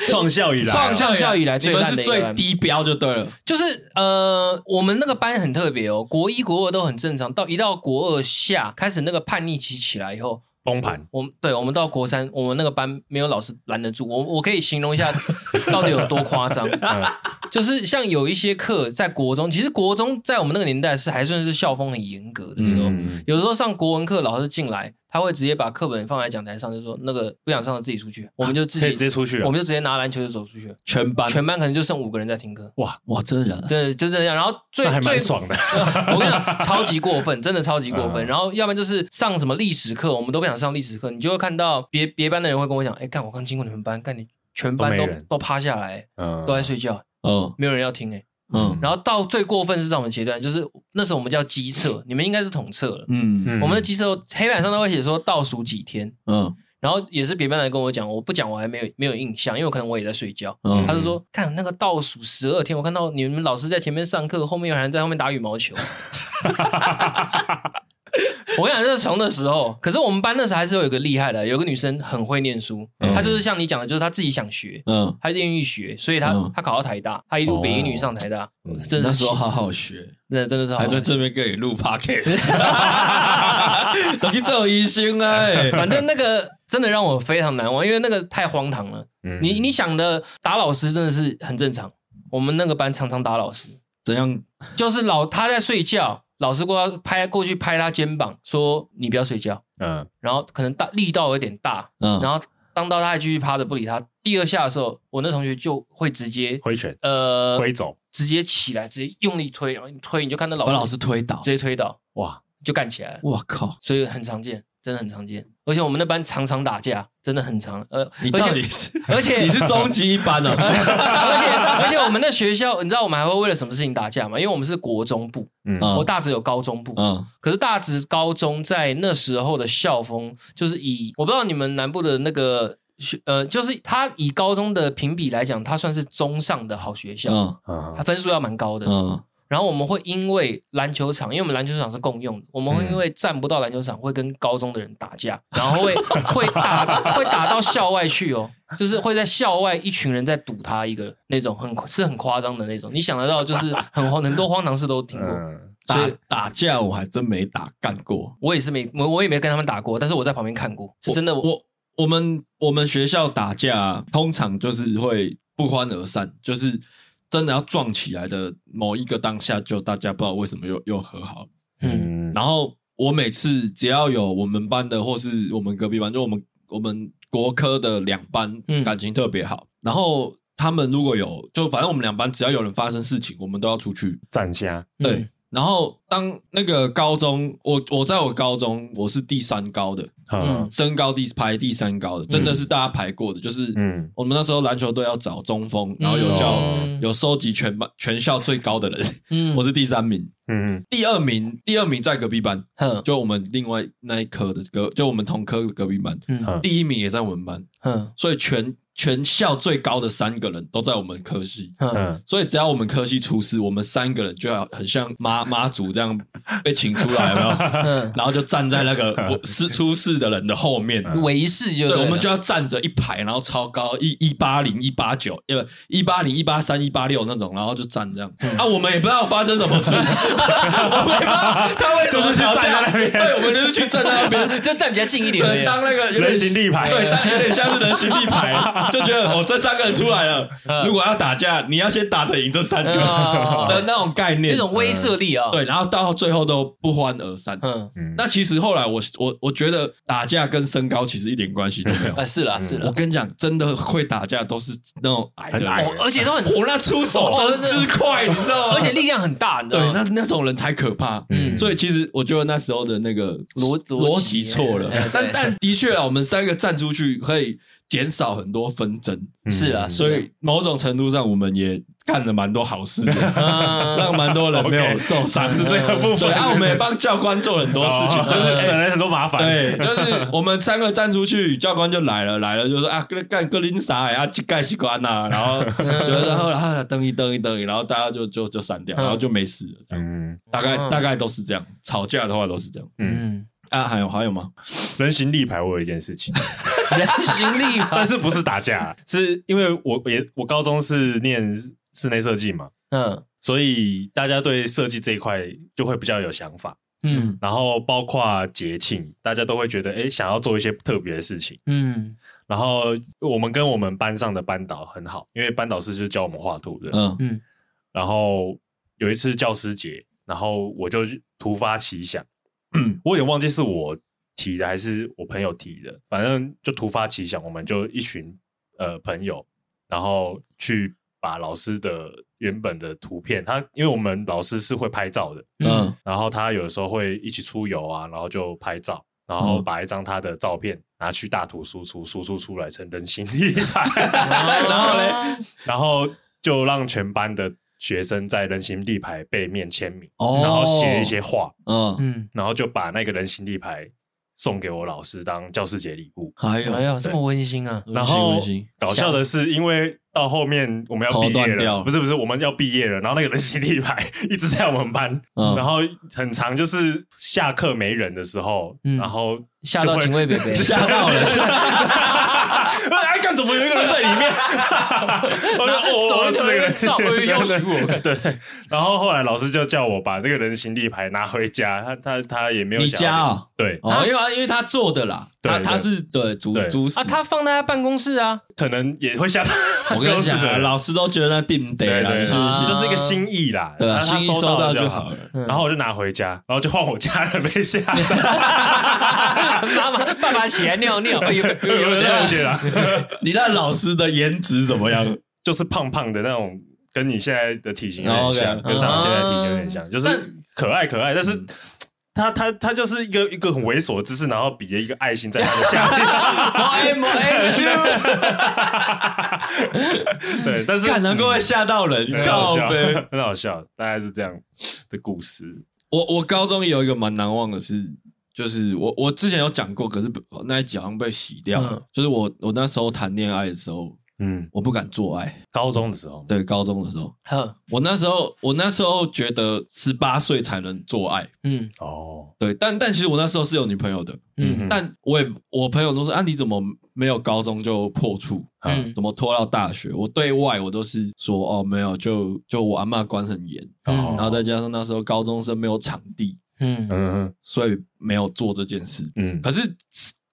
创校以来啊，创校以来你最们烂是的一个最班低标就对了，就是呃，我们那个班很特别哦，国一国二都很正常，到一到国二下开始那个叛逆期起来以后，崩盘，我们对我们到国三，我们那个班没有老师拦得住。我我可以形容 <laughs> 一下到底有多夸张，嗯就是像有一些课在国中，其实国中在我们那个年代是还算是校风很严格的时候。嗯有时候上国文课，老师进来，他会直接把课本放在讲台上，就说那个不想上的自己出去，我们就自可以己，直接出去啊了。我们就直接拿篮球就走出去了，全班全班可能就剩五个人在听课，哇，真的假的？真的就这样。然后最那还最蛮爽的， <laughs> 我跟你讲，超级过分，真的超级过分。嗯然后要不然就是上什么历史课，我们都不想上历史课，你就会看到别别班的人会跟我讲，哎，干我刚经过你们班，干你全班都都没人都趴下来，嗯，都在睡觉，嗯没有人要听哎。嗯然后到最过分是到我们阶段，就是那时候我们叫机测，你们应该是统测了。嗯嗯我们的机测黑板上都会写说倒数几天，嗯然后也是别班来跟我讲，我不讲我还没有没有印象，因为可能我也在睡觉。嗯他就说：“看那个倒数十二天，我看到你们老师在前面上课，后面有人在后面打羽毛球。” <laughs> 我跟你讲，就是从那时候，可是我们班那时候还是有一个厉害的，有个女生很会念书，嗯她就是像你讲的，就是她自己想学，嗯，她愿意学，所以她、嗯哦她考到台大，她一路北一女上台大，嗯真那的时是候好好学，那真的是好还在这边跟你录 <laughs> podcast，都去做医生哎。反正那个真的让我非常难忘，因为那个太荒唐了。嗯你你想的打老师真的是很正常，我们那个班常常打老师，怎样？就是老他在睡觉，老师过来拍过去拍他肩膀，说你不要睡觉，嗯然后可能大力道有点大，嗯，然后当到他还继续趴着不理他，第二下的时候，我那同学就会直接挥拳呃挥走，直接起来，直接用力推，然后一推你就看到老把师老师推倒直。接推倒哇，就干起来了，我靠！所以很常见，真的很常见，而且我们那班常常打架，真的很常呃，你而到且底是 <laughs> 而且 <laughs> 你是终极一班 <laughs> 哦？而且而且我们的学校，你知道我们还会为了什么事情打架吗？因为我们是国中部，嗯嗯我大直有高中部，嗯可是大直高中在那时候的校风就是以我不知道你们南部的那个学呃，就是他以高中的评比来讲，他算是中上的好学校，嗯嗯他分数要蛮高的。嗯然后我们会因为篮球场，因为我们篮球场是共用的，我们会因为占不到篮球场，会跟高中的人打架， <laughs> 然后会会打会打到校外去哦，就是会在校外一群人在堵他一个那种很是很夸张的那种，你想得到就是很 <laughs> 荒很多荒唐事都听过，嗯，打所以打架我还真没打干过。我也是没我我也没跟他们打过，但是我在旁边看过，是真的我我我们我们学校打架通常就是会不欢而散，就是真的要撞起来的某一个当下，就大家不知道为什么又又和好了。嗯嗯然后我每次只要有我们班的或是我们隔壁班，就我们我们国科的两班嗯感情特别好，然后他们如果有就反正我们两班只要有人发生事情，我们都要出去。站下，对，嗯然后当那个高中，我我在我高中我是第三高的，嗯身高第排第三高的，真的是大家排过的，就是嗯，我们那时候篮球队要找中嗯锋，然后有叫、有收集全班全校最高的人，哦嗯我是第三名，嗯第二名，第二名在隔壁班，哼就我们另外那一科的隔，就我们同科的隔壁班，嗯第一名也在我们班，哼所以全全校最高的三个人都在我们科系。哼，嗯，所以只要我们科系出事，我们三个人就要很像妈 <laughs> 妈祖这样被请出来 <laughs> 了，嗯，然后就站在那个我是出事的人的后面。嗯维氏就对，我对们了就要站着一排，然后超高一一八零、一八九，呃，一八零、一八三、一八六那种，然后就站这 <laughs> 样。啊，我们也不知道发生什么事，我们也不知道他为什么就是去吵架站在那边对，我们就是去站在那边， <laughs> 就站比较近一点而对，已，当那个有点人形立牌 <laughs> 啊对，当有点像是人形立牌，就觉得哦，这三个人出来了，如果要打架，你要先打得赢这三个嗯哦的那种概念，这种威慑力啊，对，然后到最后都不欢而散。嗯那其实后来我我我觉得打架跟身高其实一点关系都没 <laughs> 有。啊是啦是我啦，跟你讲，真的会打架都是那种矮的很矮人，哦而且都很，嗯我那出手真之快，你知道吗？哦而且力量很大，你知对，道吗？那那种人才可怕。嗯所以其实我觉得那时候的那个逻逻逻辑辑错了哎对， <laughs> 但但的确啊，我们三个站出去可以减少很多纷争，嗯是啊，嗯所以某种程度上我们也干了蛮多好事的，嗯 <laughs> 让蛮多人没有受伤，是这个部分对啊，我们也帮教官做了很多事情，就就是是省哎。了很多麻烦。对，就是我们三个站出去，教官就来了，来了就说啊，干干格林啥呀，去盖西瓜呐，然后就然后然后蹬一蹬一蹬一，然后大家就就就散掉，然后就没事了，这样嗯大概嗯大概都是这样，吵架的话都是这样。嗯，嗯，啊，还有还有吗？人形立牌我有一件事情，人形立但牌，是不是打架，啊是因为我也我高中是念室内设计嘛，嗯所以大家对设计这一块就会比较有想法。嗯然后包括节庆，大家都会觉得哎，诶想要做一些特别的事情。嗯然后我们跟我们班上的班导很好，因为班导师就教我们画图的。嗯嗯然后有一次教师节，然后我就突发奇想， <clears throat> 我有点忘记是我提的还是我朋友提的，反正就突发奇想，我们就一群呃朋友，然后去把老师的原本的图片，他因为我们老师是会拍照的，嗯嗯然后他有时候会一起出游啊，然后就拍照。然后把一张他的照片拿去大图输出，输出出来成人形 <laughs> 立牌，然后嘞，然后就让全班的学生在人形立牌背面签名，哦然后写一些话，嗯，嗯，然后就把那个人形立牌送给我老师当教师节礼物。还哎有呦，这么温馨啊，然后温馨温馨搞笑的是，因为到后面我们要头毕业断掉了，不是不是，我们要毕业了，然后那个人形立牌 <laughs> 一直在我们班，嗯然后很长，就是下课没人的时候，嗯然后吓到警卫北北，吓到 <laughs> 了，哎，干怎么有一个人在里 <laughs> 面？我然后手我一是那个人，照会要挟我对，然后后来老师就叫我把这个人形立牌拿回家，他他他也没有你想家要啊领对，哦，因为因为他做的啦，对他对他是对主对主使啊，他放在他办公室啊，可能也会吓到我跟你讲公司的啊，人老师都觉得那定得对了，对，你信不啊信？就是一个心意啦，对啊，然心后他意收收到就就好好了。了。嗯然后我就拿回家，然后就换我家人被吓 <laughs> 到， <laughs> 妈妈爸爸起来尿尿，哎呦有有有有有啊 <laughs> 些啦，你那老师的颜值怎么 <laughs> 样？就是胖胖的那种，跟你现在的体型有点哦像， ，OK 跟上现在的体型有点像，就是可爱可爱，但嗯是他他他就是一个一个很猥琐的姿势，然后比了一个爱心在他的下 <laughs> 面，哎哎，对，但是看能够会吓到人，很好靠笑呗。，很好笑，大概是这样的故事。我我高中有一个蛮难忘的是，就是我我之前有讲过，可是那一集好像被洗掉了。嗯就是我我那时候谈恋爱的时候，嗯，我不敢做爱。高中的时候，对，高中的时候，哼我那时候我那时候觉得十八岁才能做爱。嗯哦，对，但但其实我那时候是有女朋友的，嗯但我也我朋友都说啊，你怎么没有高中就破处？嗯怎么拖到大学？我对外我都是说哦，没有，就就我阿嬷管很严，嗯然后再加上那时候高中生没有场地，嗯哦嗯所以没有做这件事。嗯，可是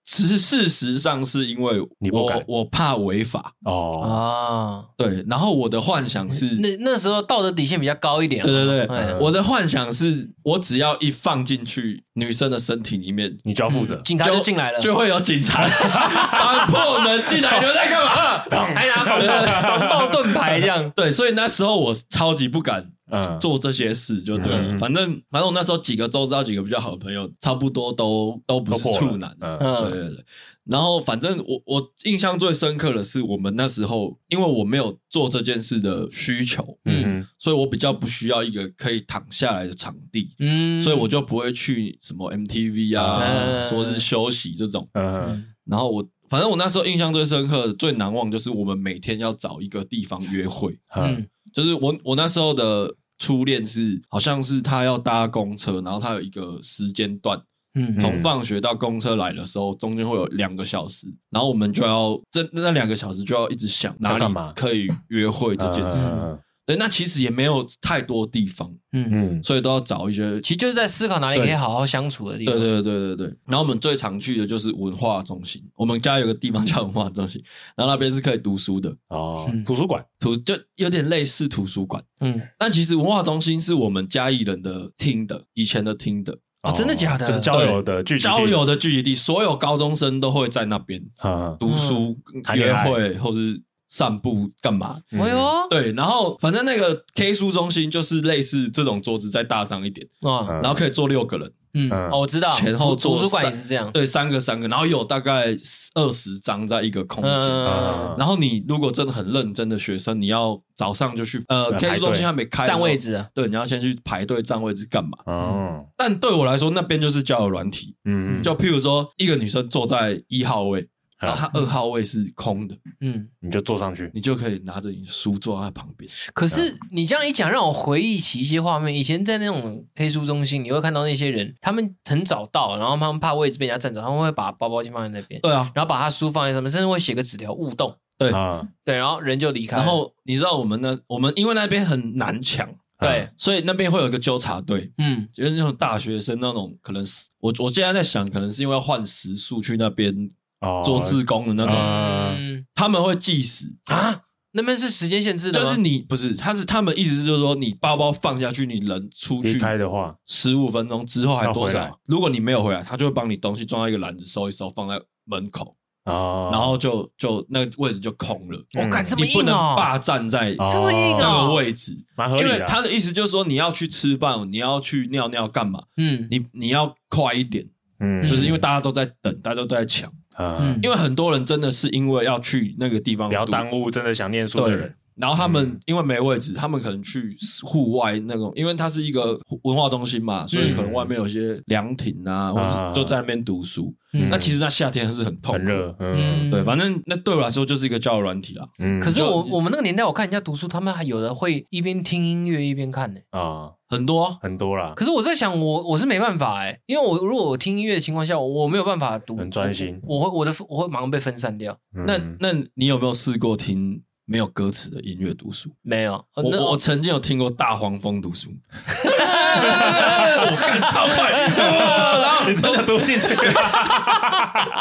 其实事实上是因为你不我敢我怕违法，哦，啊，对，然后我的幻想是，那那时候道德底线比较高一点对嘛，对对，嗯哎我的幻想是我只要一放进去女生的身体里面，你就要负责。警察就进嗯来了，就会有警察 <laughs> 打破门进来，你们在干嘛？ <laughs> 还拿哎防爆防爆盾牌这样。对，所以那时候我超级不敢嗯，做这些事，就对了。嗯反正反正我那时候几个周遭几个比较好的朋友，差不多都都不都是破了处男。<laughs> 嗯对嗯，对对。然后反正我我印象最深刻的是，我们那时候因为我没有做这件事的需求，嗯哼所以我比较不需要一个可以躺下来的场地。嗯，所以我就不会去什么 MTV 啊，嗯说是休息这种。嗯然后我反正我那时候印象最深刻、最难忘就是我们每天要找一个地方约会， <laughs> 嗯嗯就是我我那时候的初恋是好像是他要搭公车，然后他有一个时间段，嗯从放学到公车来的时候，中间会有两个小时，然后我们就要这那两个小时就要一直想哪要干嘛里可以约会这件事。嗯对，那其实也没有太多地方，嗯，嗯所以都要找一些其实就是在思考哪里可以好好相处的地方。对对对对对。然后我们最常去的就是文化中心，我们家有个地方叫文化中心， <laughs> 然后那边是可以读书的，哦嗯，图书馆图就有点类似图书馆。嗯，但其实文化中心是我们嘉义人的听的，以前的听的哦真的假的就是交友的聚集地交友的聚集地，所有高中生都会在那边嗯读书、谈恋约爱会或是散步干嘛。嗯哎呦，对，然后反正那个 K 书中心就是类似这种桌子再大张一点，啊，嗯然后可以坐六个人，嗯，嗯哦，我知道，前后图坐图书馆也三是这样。对，三个三个，然后有大概二十张在一个空间。嗯，然后你如果真的很认真的学生，你要早上就去呃对啊 K 排书中心队还没开的时候占位，置啊，对，你要先去排队占位置干嘛？哦但对我来说，那边就是交友软体，嗯就譬如说一个女生坐在一号位，然后好她二号位是空的，嗯。你就坐上去你就可以拿着你的书坐在旁边。可是嗯你这样一讲，让我回忆起一些画面。以前在那种 K 书中心，你会看到那些人，他们很早到，然后他们怕位置被人家占走，他们会把包包就放在那边，对啊，然后把他书放在上面，甚至会写个纸条“勿动对啊”，对，然后人就离开了。然后你知道我们那我们因为那边很难抢，对，所以那边会有一个纠察队，嗯就是那种大学生那种，可能是我我现在在想，可能是因为要换时数去那边哦做志工的那种，呃嗯他们会计时，啊，那边是时间限制的就吗，是你不是，他是他们意思就是说，你包包放下去，你人出离去开的话，十五分钟之后还多要回来少？如果你没有回来，他就会帮你东西装在一个篮子收一收，放在门口，哦，然后就就那个位置就空了。嗯我敢这么你不硬能哦，霸占在哦这么硬那个哦，位置，蛮合因理为的啊，他的意思就是说，你要去吃饭，你要去尿尿干嘛？嗯你你要快一点，嗯就是因为大家都在等，大家都在抢。嗯嗯因为很多人真的是因为要去那个地方不要读耽误真的想念书的对人，，然后他们嗯因为没位置，他们可能去户外那种，因为它是一个文化中心嘛，所以可能外面有些凉亭啊，或啊者就在那边读书。嗯那其实那夏天是很痛苦很热，嗯对，反正那对我来说就是一个交友软体啦。嗯，可是我就我们那个年代，我看人家读书，他们还有的会一边听音乐一边看呢、啊很多很多啦，可是我在想，我我是没办法哎、因为我如果我听音乐的情况下，我没有办法读，很专心我会我的我会马上被分散掉。那嗯那你有没有试过听没有歌词的音乐读书？没有，呃那我我曾经有听过大黄蜂读书， <laughs> 我干超 <laughs> 快，然后 <laughs> 你真的读 <laughs> 进去，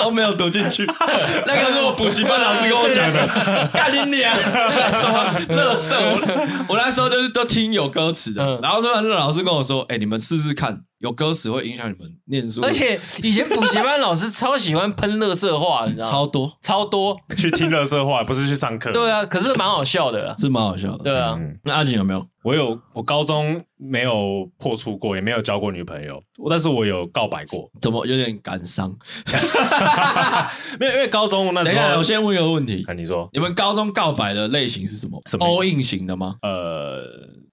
都没有读进 <laughs> 去。那个是我补习班老师跟我讲的，干你娘！什么乐色？我我那时候就是都听有歌词的嗯，然后突然那老师跟我说：“哎，你们试试看，有歌词会影响你们念书，而且以前补习班老师超喜欢喷乐色话，你知道吗？超多，超多，去听乐色话，不是去上课，对啊，可是蛮好 <laughs> 笑的啦，是蛮好笑的。对啊，嗯那阿景有没有？我有，我高中没有破处过，也没有交过女朋友，但是我有告白过。怎么有点感伤？没有，因为高中那等一时下，候啊我，先问一个问题：看你说，你们高中告白的类型是什么？什么 all in 型的吗？呃，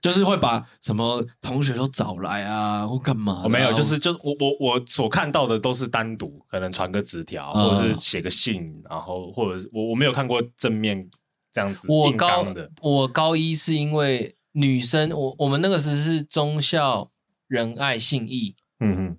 就是会把什么同学都找来啊，或干嘛的啊？我哦没有，就是就是我我我所看到的都是单独，可能传个纸条，嗯或者是写个信，然后或者是我我没有看过正面这样子我硬高刚的，我高一是因为女生，我我们那个时是中校仁爱信义，嗯哼，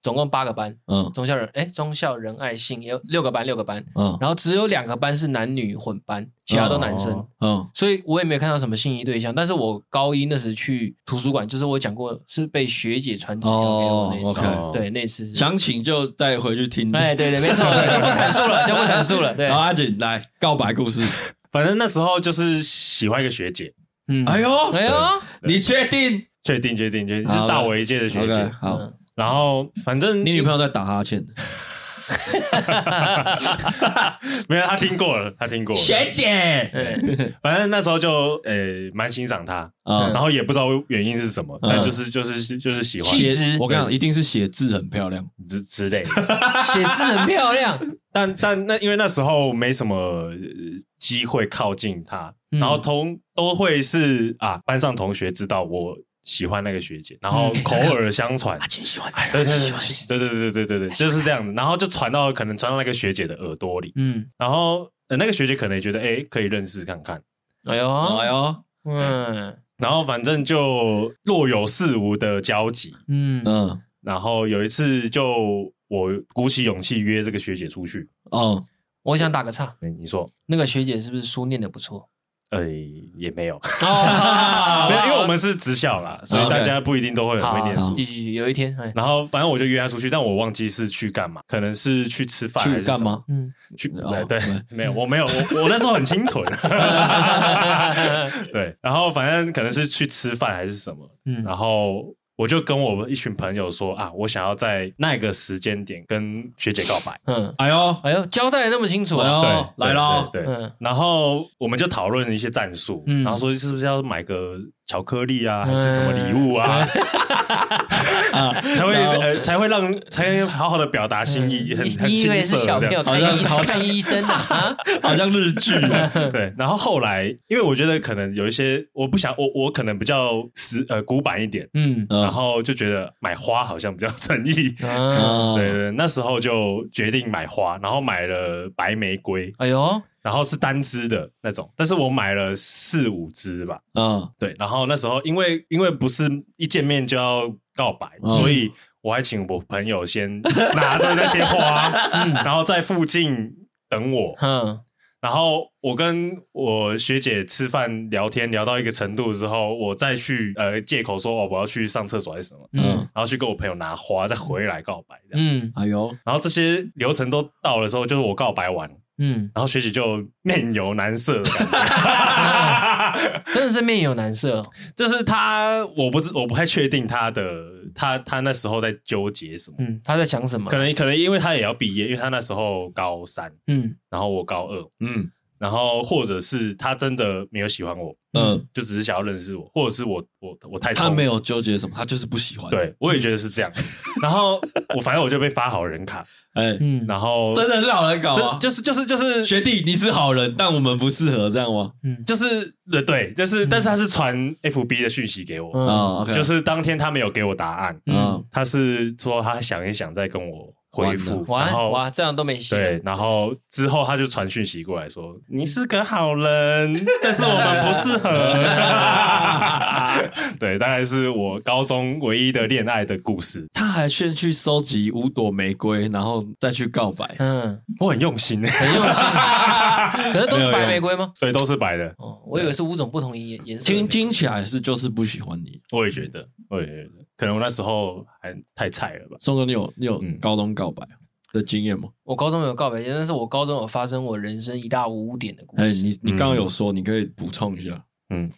总共八个班，嗯中校仁哎中校仁爱信义有六个班六个班，嗯然后只有两个班是男女混班，其他都男生。哦嗯所以我也没有看到什么心仪对象，但是我高一那时去图书馆，就是我讲过是被学姐传纸条给我那次，哦，OK 对那次是，哎详情就再回去听。哎对对没错，对就不阐述了，就不阐述了，对然，后阿锦来告白故事，反正那时候就是喜欢一个学姐，嗯，哎呦，哎呦，你确定？确定确定确定，好是大我一届的学姐 OK，。好，嗯然后反正你女朋友在打哈欠。 <laughs> 没有，她听过了，她听过了。姐对，反正那时候就呃蛮欣赏她，啊然，后也不知道原因是什么，嗯但就是就是就是喜欢气写质我跟你讲，一定是写字很漂亮。之之类的。写字很漂亮，但但那因为那时候没什么呃机会靠近她，嗯然后同都会是啊班上同学知道我喜欢那个学姐，然后口耳相传。姐喜欢，对对对对对对对对对，就是这样子，然后就传到可能传到那个学姐的耳朵里，嗯，然后、呃、那个学姐可能也觉得哎、诶可以认识看看，哎呦，哎呦，嗯然后反正就若有似无的交集，嗯，嗯，然后有一次就我鼓起勇气约这个学姐出去，哦，我想打个岔，哎你说，那个学姐是不是书念的不错？哎、也没有，哦啊 <laughs> 没有，因为我们是职校啦，所以 OK 啊大家不一定都会很会念好，书。继续，有一天，哎，然后反正我就约她出去，但我忘记是去干嘛，可能是去吃饭还去是干什么？嘛？嗯，去哦对对对，没有，我没有，我我那时候很 <laughs> 清纯。对，然后反正可能是去吃饭还是什么，嗯然后我就跟我一群朋友说啊，我想要在那个时间点跟学姐告白。嗯，哎呦，哎呦，交代得那么清楚哎啊，呦对，来咯对，对对嗯然后我们就讨论一些战术，嗯然后说是不是要买个巧克力啊，还是什么礼物嗯啊，啊， <laughs> 才会然后呃才会让才能好好的表达心意，很很嗯呃你以青为是涩小这朋友样。好像看医好像看医生啊？啊好像日剧啊， <laughs> 对，然后后来，因为我觉得可能有一些，我不想，我我可能比较死呃古板一点， <laughs> 嗯啊然后就觉得买花好像比较 <laughs> 诚意，啊，嗯，对对，那时候就决定买花，然后买了白玫瑰，哎呦，然后是单支的那种，但是我买了四五支吧。嗯，对，然后那时候因为因为不是一见面就要告白，嗯所以我还请我朋友先拿着那些花，嗯然后在附近等我。嗯然后我跟我学姐吃饭聊天聊到一个程度之后，我再去呃借口说哦我要去上厕所还是什么，嗯嗯然后去跟我朋友拿花，再回来告白这样。嗯哎呦，然后这些流程都到的时候，就是我告白完，嗯，然后学姐就面有难色的感觉， <laughs> 真的是面有难色哦，就是她，我不知我不太确定她的，她她那时候在纠结什么，嗯，他在想什么可？能可能因为她也要毕业，因为她那时候高三，嗯然后我高二，嗯然后或者是她真的没有喜欢我，嗯，就只是想要认识我，或者是我我我太他冲没有纠结什么，他就是不喜欢。，对我也觉得是这样，然后我反正我就被发好人卡，哎，嗯，然后真的是好人搞啊真！就是就是就是学弟，你是好人，但我们不适合，这样吗？嗯就是呃对，就是、但是他是传 FB 的讯息给我，嗯啊，OK，就是当天他没有给我答案，嗯他是说他想一想再跟我回复，然哇后哇，这样都没戏了，对，然后之后他就传讯息过来说你是个好人，但是我们不适合。 <laughs> 对，当然是我高中唯一的恋爱的故事，他还先去收集五朵玫瑰，然后再去告白。嗯，我很用心，欸很用心，啊 <laughs> 可是都是白玫瑰吗？ <laughs> 对，都是白的，哦，我以为是五种不同颜颜色的玫听瑰。听起来是就是不喜欢嗯你。我也觉得，我也觉得，可能我那时候还太菜了吧。宋哥，你有你有嗯高中告白的经验吗？我高中有告白经，但是我高中有发生我人生一大污点的故哎，事。你你刚刚有说，你可以补充一下。嗯，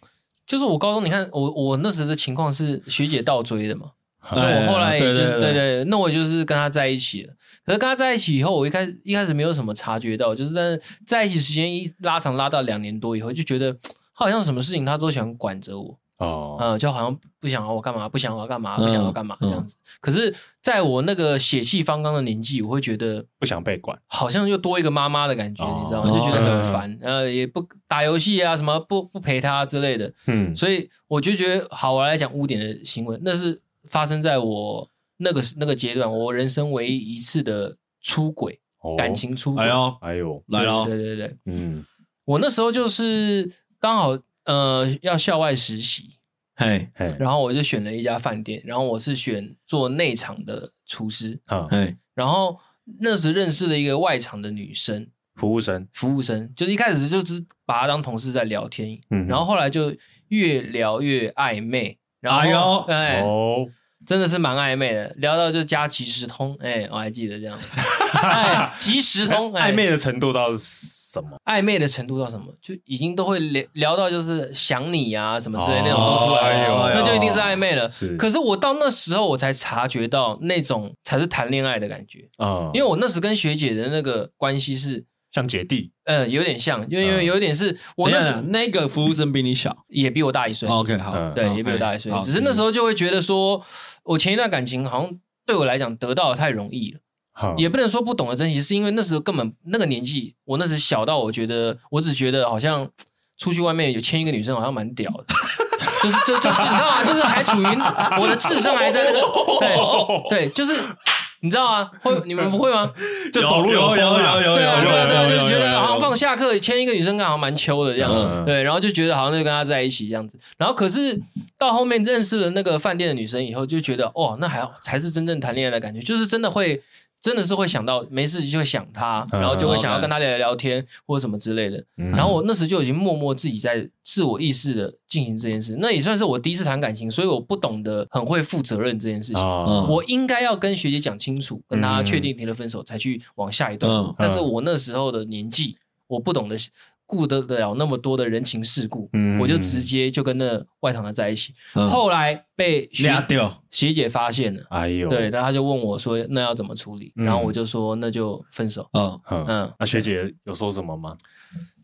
就是我高中，你看我我那时的情况是学姐倒追的嘛，那哎我后来也就是对对对，那我就是跟她在一起了。可是跟她在一起以后，我一开一开始没有什么察觉到，就是但是在一起时间一拉长拉到两年多以后，就觉得好像什么事情她都想管着我，哦，嗯，就好像不想要我干嘛，不想要我干嘛，不想要我干嘛嗯这样子。可是在我那个血气方刚的年纪，我会觉得不想被管。好像又多一个妈妈的感觉，哦你知道吗？就觉得很烦，嗯呃，也不打游戏啊，什么不不陪她之类的。嗯所以我就觉得，好，我来讲污点的行为，那是发生在我那个那个阶段，我人生唯一一次的出轨，以感，情出轨。哎呦，哎呦，来喽对，对对，嗯，我那时候就是刚好呃要校外实习，嘿，嘿，然后我就选了一家饭店，然后我是选做内场的厨师，啊，嘿，然后那时认识了一个外场的女生，服务生，服务生，就是一开始就只把她当同事在聊天，嗯然后后来就越聊越暧昧，然哎呦后哎，哦，真的是蛮暧昧的，聊到就加即时通，哎，我还记得这样，哎，即时通，哎暧昧的程度到什什么？暧昧的程度到什么，就已经都会聊聊到就是想你啊什么之类那种哦都出来了，哎呦哎呦那就一定是暧昧了。是可是我到那时候我才察觉到那种才是谈恋爱的感觉，嗯，因为为我那时跟学姐的那个关系是，像姐弟，嗯，有点像，因为因为有点是我那时等一下那个服务生比你小哦也比我大一岁， ，OK，好嗯，对，好也比我大一岁哎哦好，只是那时候就会觉得说，我前一段感情好像对我来讲得到的太容易了。嗯也不能说不懂得珍惜，是因为那时候根本那个年纪，我那时小到我觉得，我只觉得好像出去外面有牵一个女生好像蛮屌的， <laughs> 就是就就就你知道吗？就是还处于我的智商还在那个，对对，就是你知道啊，会你们不会吗？就走路有风啊，有对啊有对啊对啊，有有就觉有有得好有像放下课牵一个女生，好像蛮秋的这样。嗯对，然后就觉得好像就跟他在一起这样子，然后可是到后面认识了那个饭店的女生以后，就觉得哦，那还好才是真正谈恋爱的感觉，就是真的会，真的是会想到没事就会想他，嗯然后就会想要 OK 跟他聊聊天或什么之类的。嗯然后我那时就已经默默自己在自我意识的进行这件事，那也算是我第一次谈感情，所以我不懂得很会负责任这件事情。啊，我应该要跟学姐讲清楚，跟她确定提了分手，才去往下一段。嗯但是我那时候的年纪，我不懂得顾得了那么多的人情世故，嗯我就直接就跟那外场的在一起。嗯后来被学俩掉，学姐发现了，哎呦，对，，然后她就问我说：“那要怎么处理？”嗯然后我就说：“那就分手。嗯，”嗯，嗯，那学姐有说什么吗？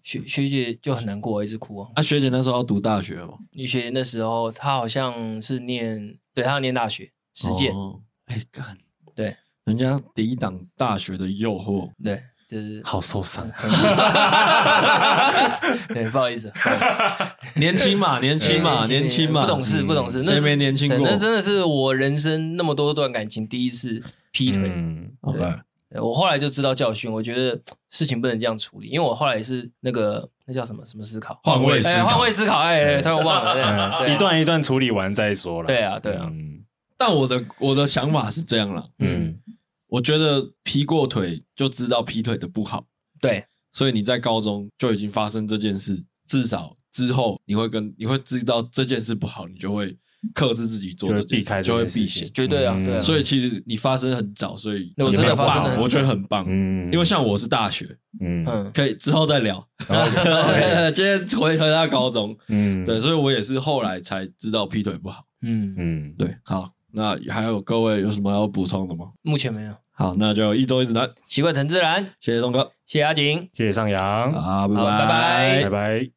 学学姐就很难过，一直哭哦。啊，学姐那时候要读大学嘛，你学姐那时候她好像是念，对，她要念大学实践，哦，哎干，对，人家抵挡大学的诱惑，对， <laughs> 就是 <laughs> 好受伤，对，不好意思。不好意思年轻嘛，年轻嘛，对年轻嘛，哎不懂事，嗯不懂事，那谁是没年轻对过？那真的是我人生那么多段感情第一次劈腿。嗯， OK，对我后来就知道教训，我觉得事情不能这样处理，因为我后来也是那个那叫什么什么思考，换位思哎，考换位思考，哎，哎突然忘了，对一，段一段处理完再说了，对啊对啊嗯但我的我的想法是这样啦，对嗯，我觉得劈过腿就知道劈腿的不好，对，所以你在高中就已经发生这件事，至少之后你会跟你会知道这件事不好，你就会克制自己做这就会件避开事，这就件会事情避嫌。绝对啊，嗯对啊，所以其实你发生很早，所以那我真的也没有发生不好得很早我觉得很棒。嗯因为像我是大学，嗯嗯，可以之后再 <laughs> 聊。 <laughs> 今天回回到高中，嗯对，所以我也是后来才知道劈腿不好。嗯，嗯，对，好，那还有各位有什么要补充的吗？目前没有，好，那就一周一指南，习惯成自然，谢谢东哥谢谢阿景，谢谢上扬，啊，好拜拜拜拜。